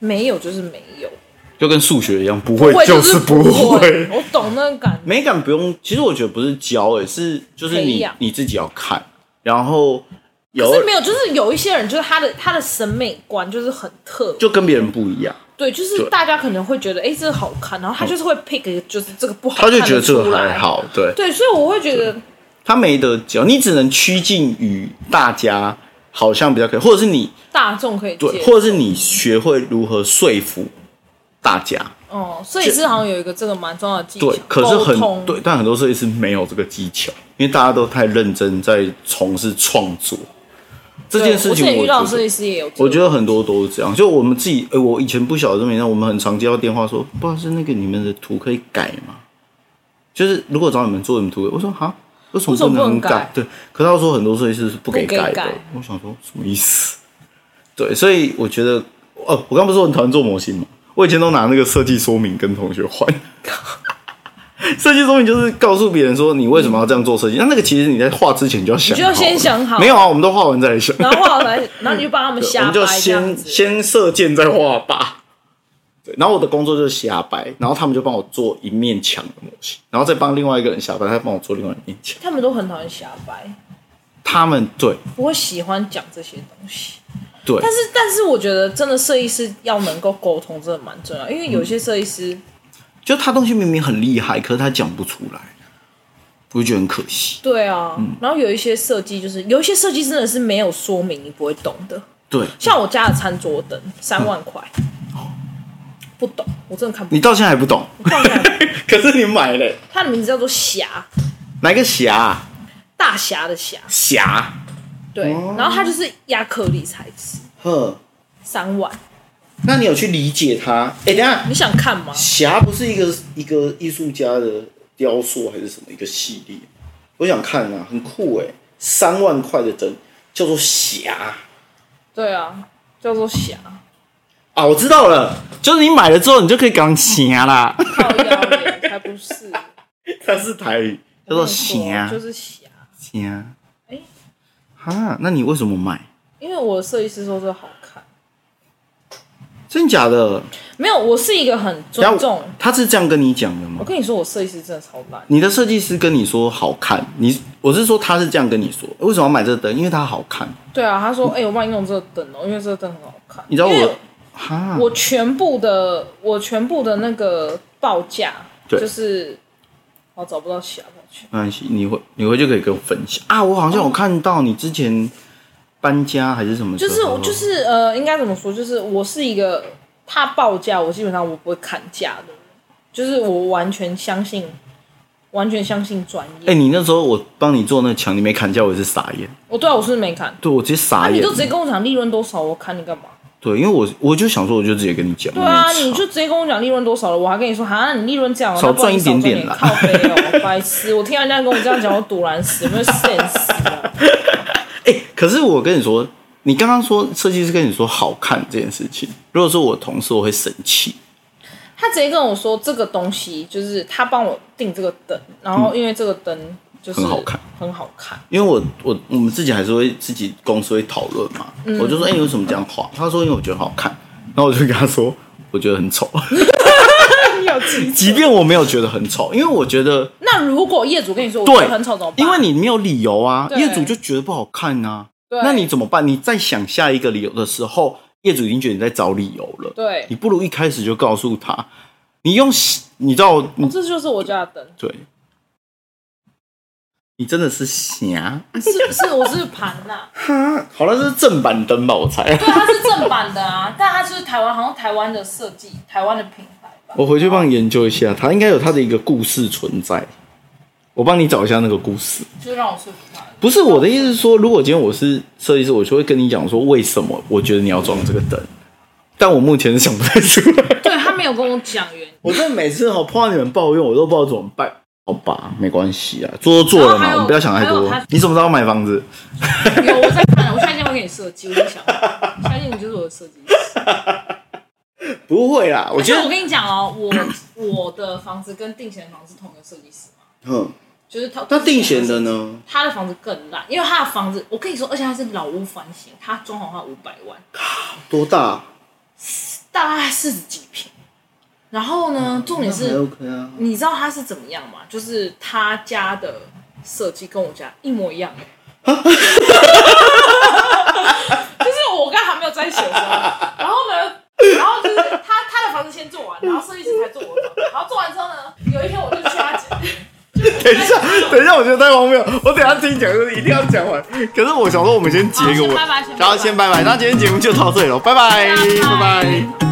Speaker 5: 没有就是没有，
Speaker 3: 就跟数学一样，不会
Speaker 5: 会
Speaker 3: 就
Speaker 5: 就是
Speaker 3: 不
Speaker 5: 会，。我懂那个感觉。
Speaker 3: 美感不用，其实我觉得不是教、欸，是就是
Speaker 5: 嗯培
Speaker 3: 你
Speaker 5: 养
Speaker 3: 你自己要看，然后有
Speaker 5: 可是没有，就是有一些人，就是他的他的审美观就是很特别，
Speaker 3: 就跟别人不一样，
Speaker 5: 对，就是
Speaker 3: 对嗯
Speaker 5: 大家可能会觉得，哎、这个好看，然后他就是会 pick，就是这个不好
Speaker 3: 他
Speaker 5: 看的
Speaker 3: 就
Speaker 5: 出来，
Speaker 3: 觉得这个还好，对
Speaker 5: 对，所以我会觉得，
Speaker 3: 他没得教，你只能趋近于大家，好像比较可以，或者是你
Speaker 5: 大众可以接
Speaker 3: 对，或者是你学会如何说服大家，
Speaker 5: 哦，设计师好像有一个这个蛮重要的技巧，
Speaker 3: 对，可是
Speaker 5: 沟通
Speaker 3: 很对，，但很多设计师没有这个技巧，因为大家都太认真在从事创作这
Speaker 5: 对
Speaker 3: 件事情
Speaker 5: 我之前
Speaker 3: 我
Speaker 5: 遇到的
Speaker 3: 觉
Speaker 5: 设
Speaker 3: 得
Speaker 5: 计师也有这个，
Speaker 3: 我觉得很多都是这样，就我们自己，呃，我以前不晓得这么严重，我们很常接到电话说，不好意思，那个你们的图可以改吗？就是如果找你们做，你们图可以，我说哈，为什么
Speaker 5: 为什么不能
Speaker 3: 能
Speaker 5: 改
Speaker 3: 对，可是他说很多设计师是不给
Speaker 5: 不给
Speaker 3: 改的，
Speaker 5: 改
Speaker 3: 我想说什么意思？ 对，所以我觉得，哦，我刚不是说很讨厌做模型吗？我以前都拿那个设计说明跟同学 换。设计说明就是告诉别人说你为什么要这样做设计，那那个其实你在画之前就要想好
Speaker 5: 你
Speaker 3: 了，
Speaker 5: 就要先想好
Speaker 3: 没有啊，我们都画完再来 想。
Speaker 5: 然后后来，然后你就帮 他们
Speaker 3: 我
Speaker 5: 瞎
Speaker 3: 们
Speaker 5: 掰
Speaker 3: 就
Speaker 5: 这样
Speaker 3: 先
Speaker 5: 子，
Speaker 3: 先射箭再画吧。对，然后我的工作就是瞎掰，然后他们就帮我做一面墙的模型，然后再帮另外一个人瞎掰，他帮我做另外一面墙。
Speaker 5: 他们都很讨厌瞎掰，
Speaker 3: 他们对
Speaker 5: 不会喜欢讲这些东西。
Speaker 3: 对，
Speaker 5: 但是，但是我觉得真的设计师要能够沟通，真的蛮重要，因为有些设计师
Speaker 3: 就他东西明明很厉害，可是他讲不出来，我就觉得很可惜。
Speaker 5: 对啊，
Speaker 3: 嗯
Speaker 5: 然后有一些设计就是有一些设计真的是没有说明你不会懂的，
Speaker 3: 对
Speaker 5: 像我家的餐桌灯
Speaker 3: 嗯
Speaker 5: 三万块，不懂，我真的看不
Speaker 3: 你
Speaker 5: 懂。
Speaker 3: 到现在还不懂，
Speaker 5: 到现在还不
Speaker 3: 可是你买了
Speaker 5: 它的名字叫做霞，
Speaker 3: 哪个侠啊
Speaker 5: 大侠的侠，
Speaker 3: 侠？
Speaker 5: 对，
Speaker 3: 哦
Speaker 5: 然后它就是亚克力材质，
Speaker 3: 呵，
Speaker 5: 三万，
Speaker 3: 那你有去理解他？哎，等一下
Speaker 5: 你想看吗？
Speaker 3: 侠不是一个一个艺术家的雕塑还是什么一个系列？我想看啊，很酷哎、三万块的灯叫做侠
Speaker 5: 对啊，叫做霞，
Speaker 3: 啊，我知道了，就是你买了之后你就可以讲侠啦，
Speaker 5: 靠腰脸才不是，
Speaker 3: 它是台语 叫做
Speaker 5: 我跟你
Speaker 3: 侠
Speaker 5: 说就是霞，
Speaker 3: 侠。
Speaker 5: 哎
Speaker 3: 哈，那你为什么买？
Speaker 5: 因为我的设计师说这个好看，
Speaker 3: 真假的？
Speaker 5: 没有，我是一个很尊重。
Speaker 3: 他是这样跟你讲的
Speaker 5: 我
Speaker 3: 吗？
Speaker 5: 跟你说，我设计师真的超烂。
Speaker 3: 你的设计师跟你说好看，你我是说他是这样跟你说，为什么要买这个灯？因为它好看。
Speaker 5: 对啊，他说：“哎、我帮你弄这个灯哦、因为这个灯很好看。”
Speaker 3: 你知道
Speaker 5: 因为
Speaker 3: 我哈，
Speaker 5: 我全部的我全部的那个报价，
Speaker 3: 对
Speaker 5: 就是我找不到写啊，抱歉。
Speaker 3: 没关系，你回你回去可以跟我分享啊。我好像有看到你之前搬家还是什么时
Speaker 5: 就
Speaker 3: 候，
Speaker 5: 是我就是呃，应该怎么说？就是我是一个他报价，我基本上我不会砍价的人，就是我完全相信，完全相信专
Speaker 3: 哎、
Speaker 5: 业。
Speaker 3: 你那时候我帮你做那墙，你没砍价，我也是傻眼。
Speaker 5: 我对啊，我是没砍。
Speaker 3: 对，我直接
Speaker 5: 啊，
Speaker 3: 傻
Speaker 5: 你
Speaker 3: 眼。
Speaker 5: 就直接跟我讲利润多少，我砍你干嘛？
Speaker 3: 对，因为我我就想说，我就直接跟你讲。
Speaker 5: 对啊，
Speaker 3: 没差
Speaker 5: 你就直接跟我讲利润多少了，我还跟你说，哈，你利润这样哦，
Speaker 3: 嗯少
Speaker 5: 那不然你
Speaker 3: 赚一点点
Speaker 5: 少
Speaker 3: 啦
Speaker 5: 赚点靠背哦，白痴！我听到人家跟我这样讲，我堵然死，有没有 sense 啊？
Speaker 3: 哎、可是我跟你说，你刚刚说设计师跟你说好看这件事情，如果说我同事，我会生气。
Speaker 5: 他直接跟我说这个东西就是他帮我订这个灯，然后因为这个灯就是
Speaker 3: 很好看，
Speaker 5: 很好看，
Speaker 3: 因为我我我们自己还是会自己公司会讨论嘛，
Speaker 5: 嗯
Speaker 3: 我就说哎、你为什么这样画？他说因为我觉得好看，然后我就跟他说我觉得很丑，
Speaker 5: 你有机
Speaker 3: 即便我没有觉得很丑，因为我觉得
Speaker 5: 那如果业主跟你说我觉
Speaker 3: 对，
Speaker 5: 得很丑怎么办？
Speaker 3: 因为你没有理由啊，
Speaker 5: 对
Speaker 3: 业主就觉得不好看啊。
Speaker 5: 对
Speaker 3: 那你怎么办？你再想下一个理由的时候，业主已经觉得你在找理由了。
Speaker 5: 对
Speaker 3: 你不如一开始就告诉他，你用你知道，你
Speaker 5: 这就是我家的灯，
Speaker 3: 对，你真的是瞎。
Speaker 5: 是是我是盘呐、
Speaker 3: 好了，这是正版灯吧？我猜。
Speaker 5: 对，它是正版的啊，但它就是台湾好像台湾的设计，台湾的品牌吧。
Speaker 3: 我回去帮你研究一下，它应该有它的一个故事存在。我帮你找一下那个故事。
Speaker 5: 就让我说服他。
Speaker 3: 不是我的意思是说，如果今天我是设计师，我就会跟你讲说为什么我觉得你要装这个灯，但我目前是想不太出 来。
Speaker 5: 对他没有跟我讲原因，
Speaker 3: 我真的每次哦碰到你们抱怨，我都不知道怎么办。好吧，没关系啊，做都做了
Speaker 5: 然后还
Speaker 3: 嘛，
Speaker 5: 有
Speaker 3: 我们不要想太
Speaker 5: 还有
Speaker 3: 多
Speaker 5: 他。
Speaker 3: 你什么时候要买房子？
Speaker 5: 有我在看，我下一件会给你设计，我在想，下一件你就是我的设计师。
Speaker 3: 不会啦，我
Speaker 5: 而且
Speaker 3: 觉
Speaker 5: 我
Speaker 3: 得，
Speaker 5: 跟你讲哦，我我的房子跟定贤的房子同一个设计师嘛，
Speaker 3: 嗯，
Speaker 5: 就是他。
Speaker 3: 那定贤的？呢？
Speaker 5: 他的房子更烂，因为他的房子，我跟你说，而且他是老屋翻新，他装潢花五百万，
Speaker 3: 多大？
Speaker 5: 大概四十几平，然后
Speaker 3: 哦
Speaker 5: 呢，重点
Speaker 2: 还
Speaker 5: 是
Speaker 2: OK 啊，
Speaker 5: 你知道他是怎么样吗？就是他家的设计跟我家一模一样、 就是我刚还没有在写的时候，然后呢，然后就是他他的房子先做完，然后设计师才做我的房子，然后做完之后呢，有一天我就去他家，
Speaker 3: 等一下，等一下，我觉得太荒谬了。我等一下听讲，就是一定要讲完。可是我想说，我们先结一个尾
Speaker 5: 好先拜拜先，拜拜
Speaker 3: 然后先拜拜。那今天节目就到这里了，拜拜，
Speaker 5: 拜拜
Speaker 3: 拜拜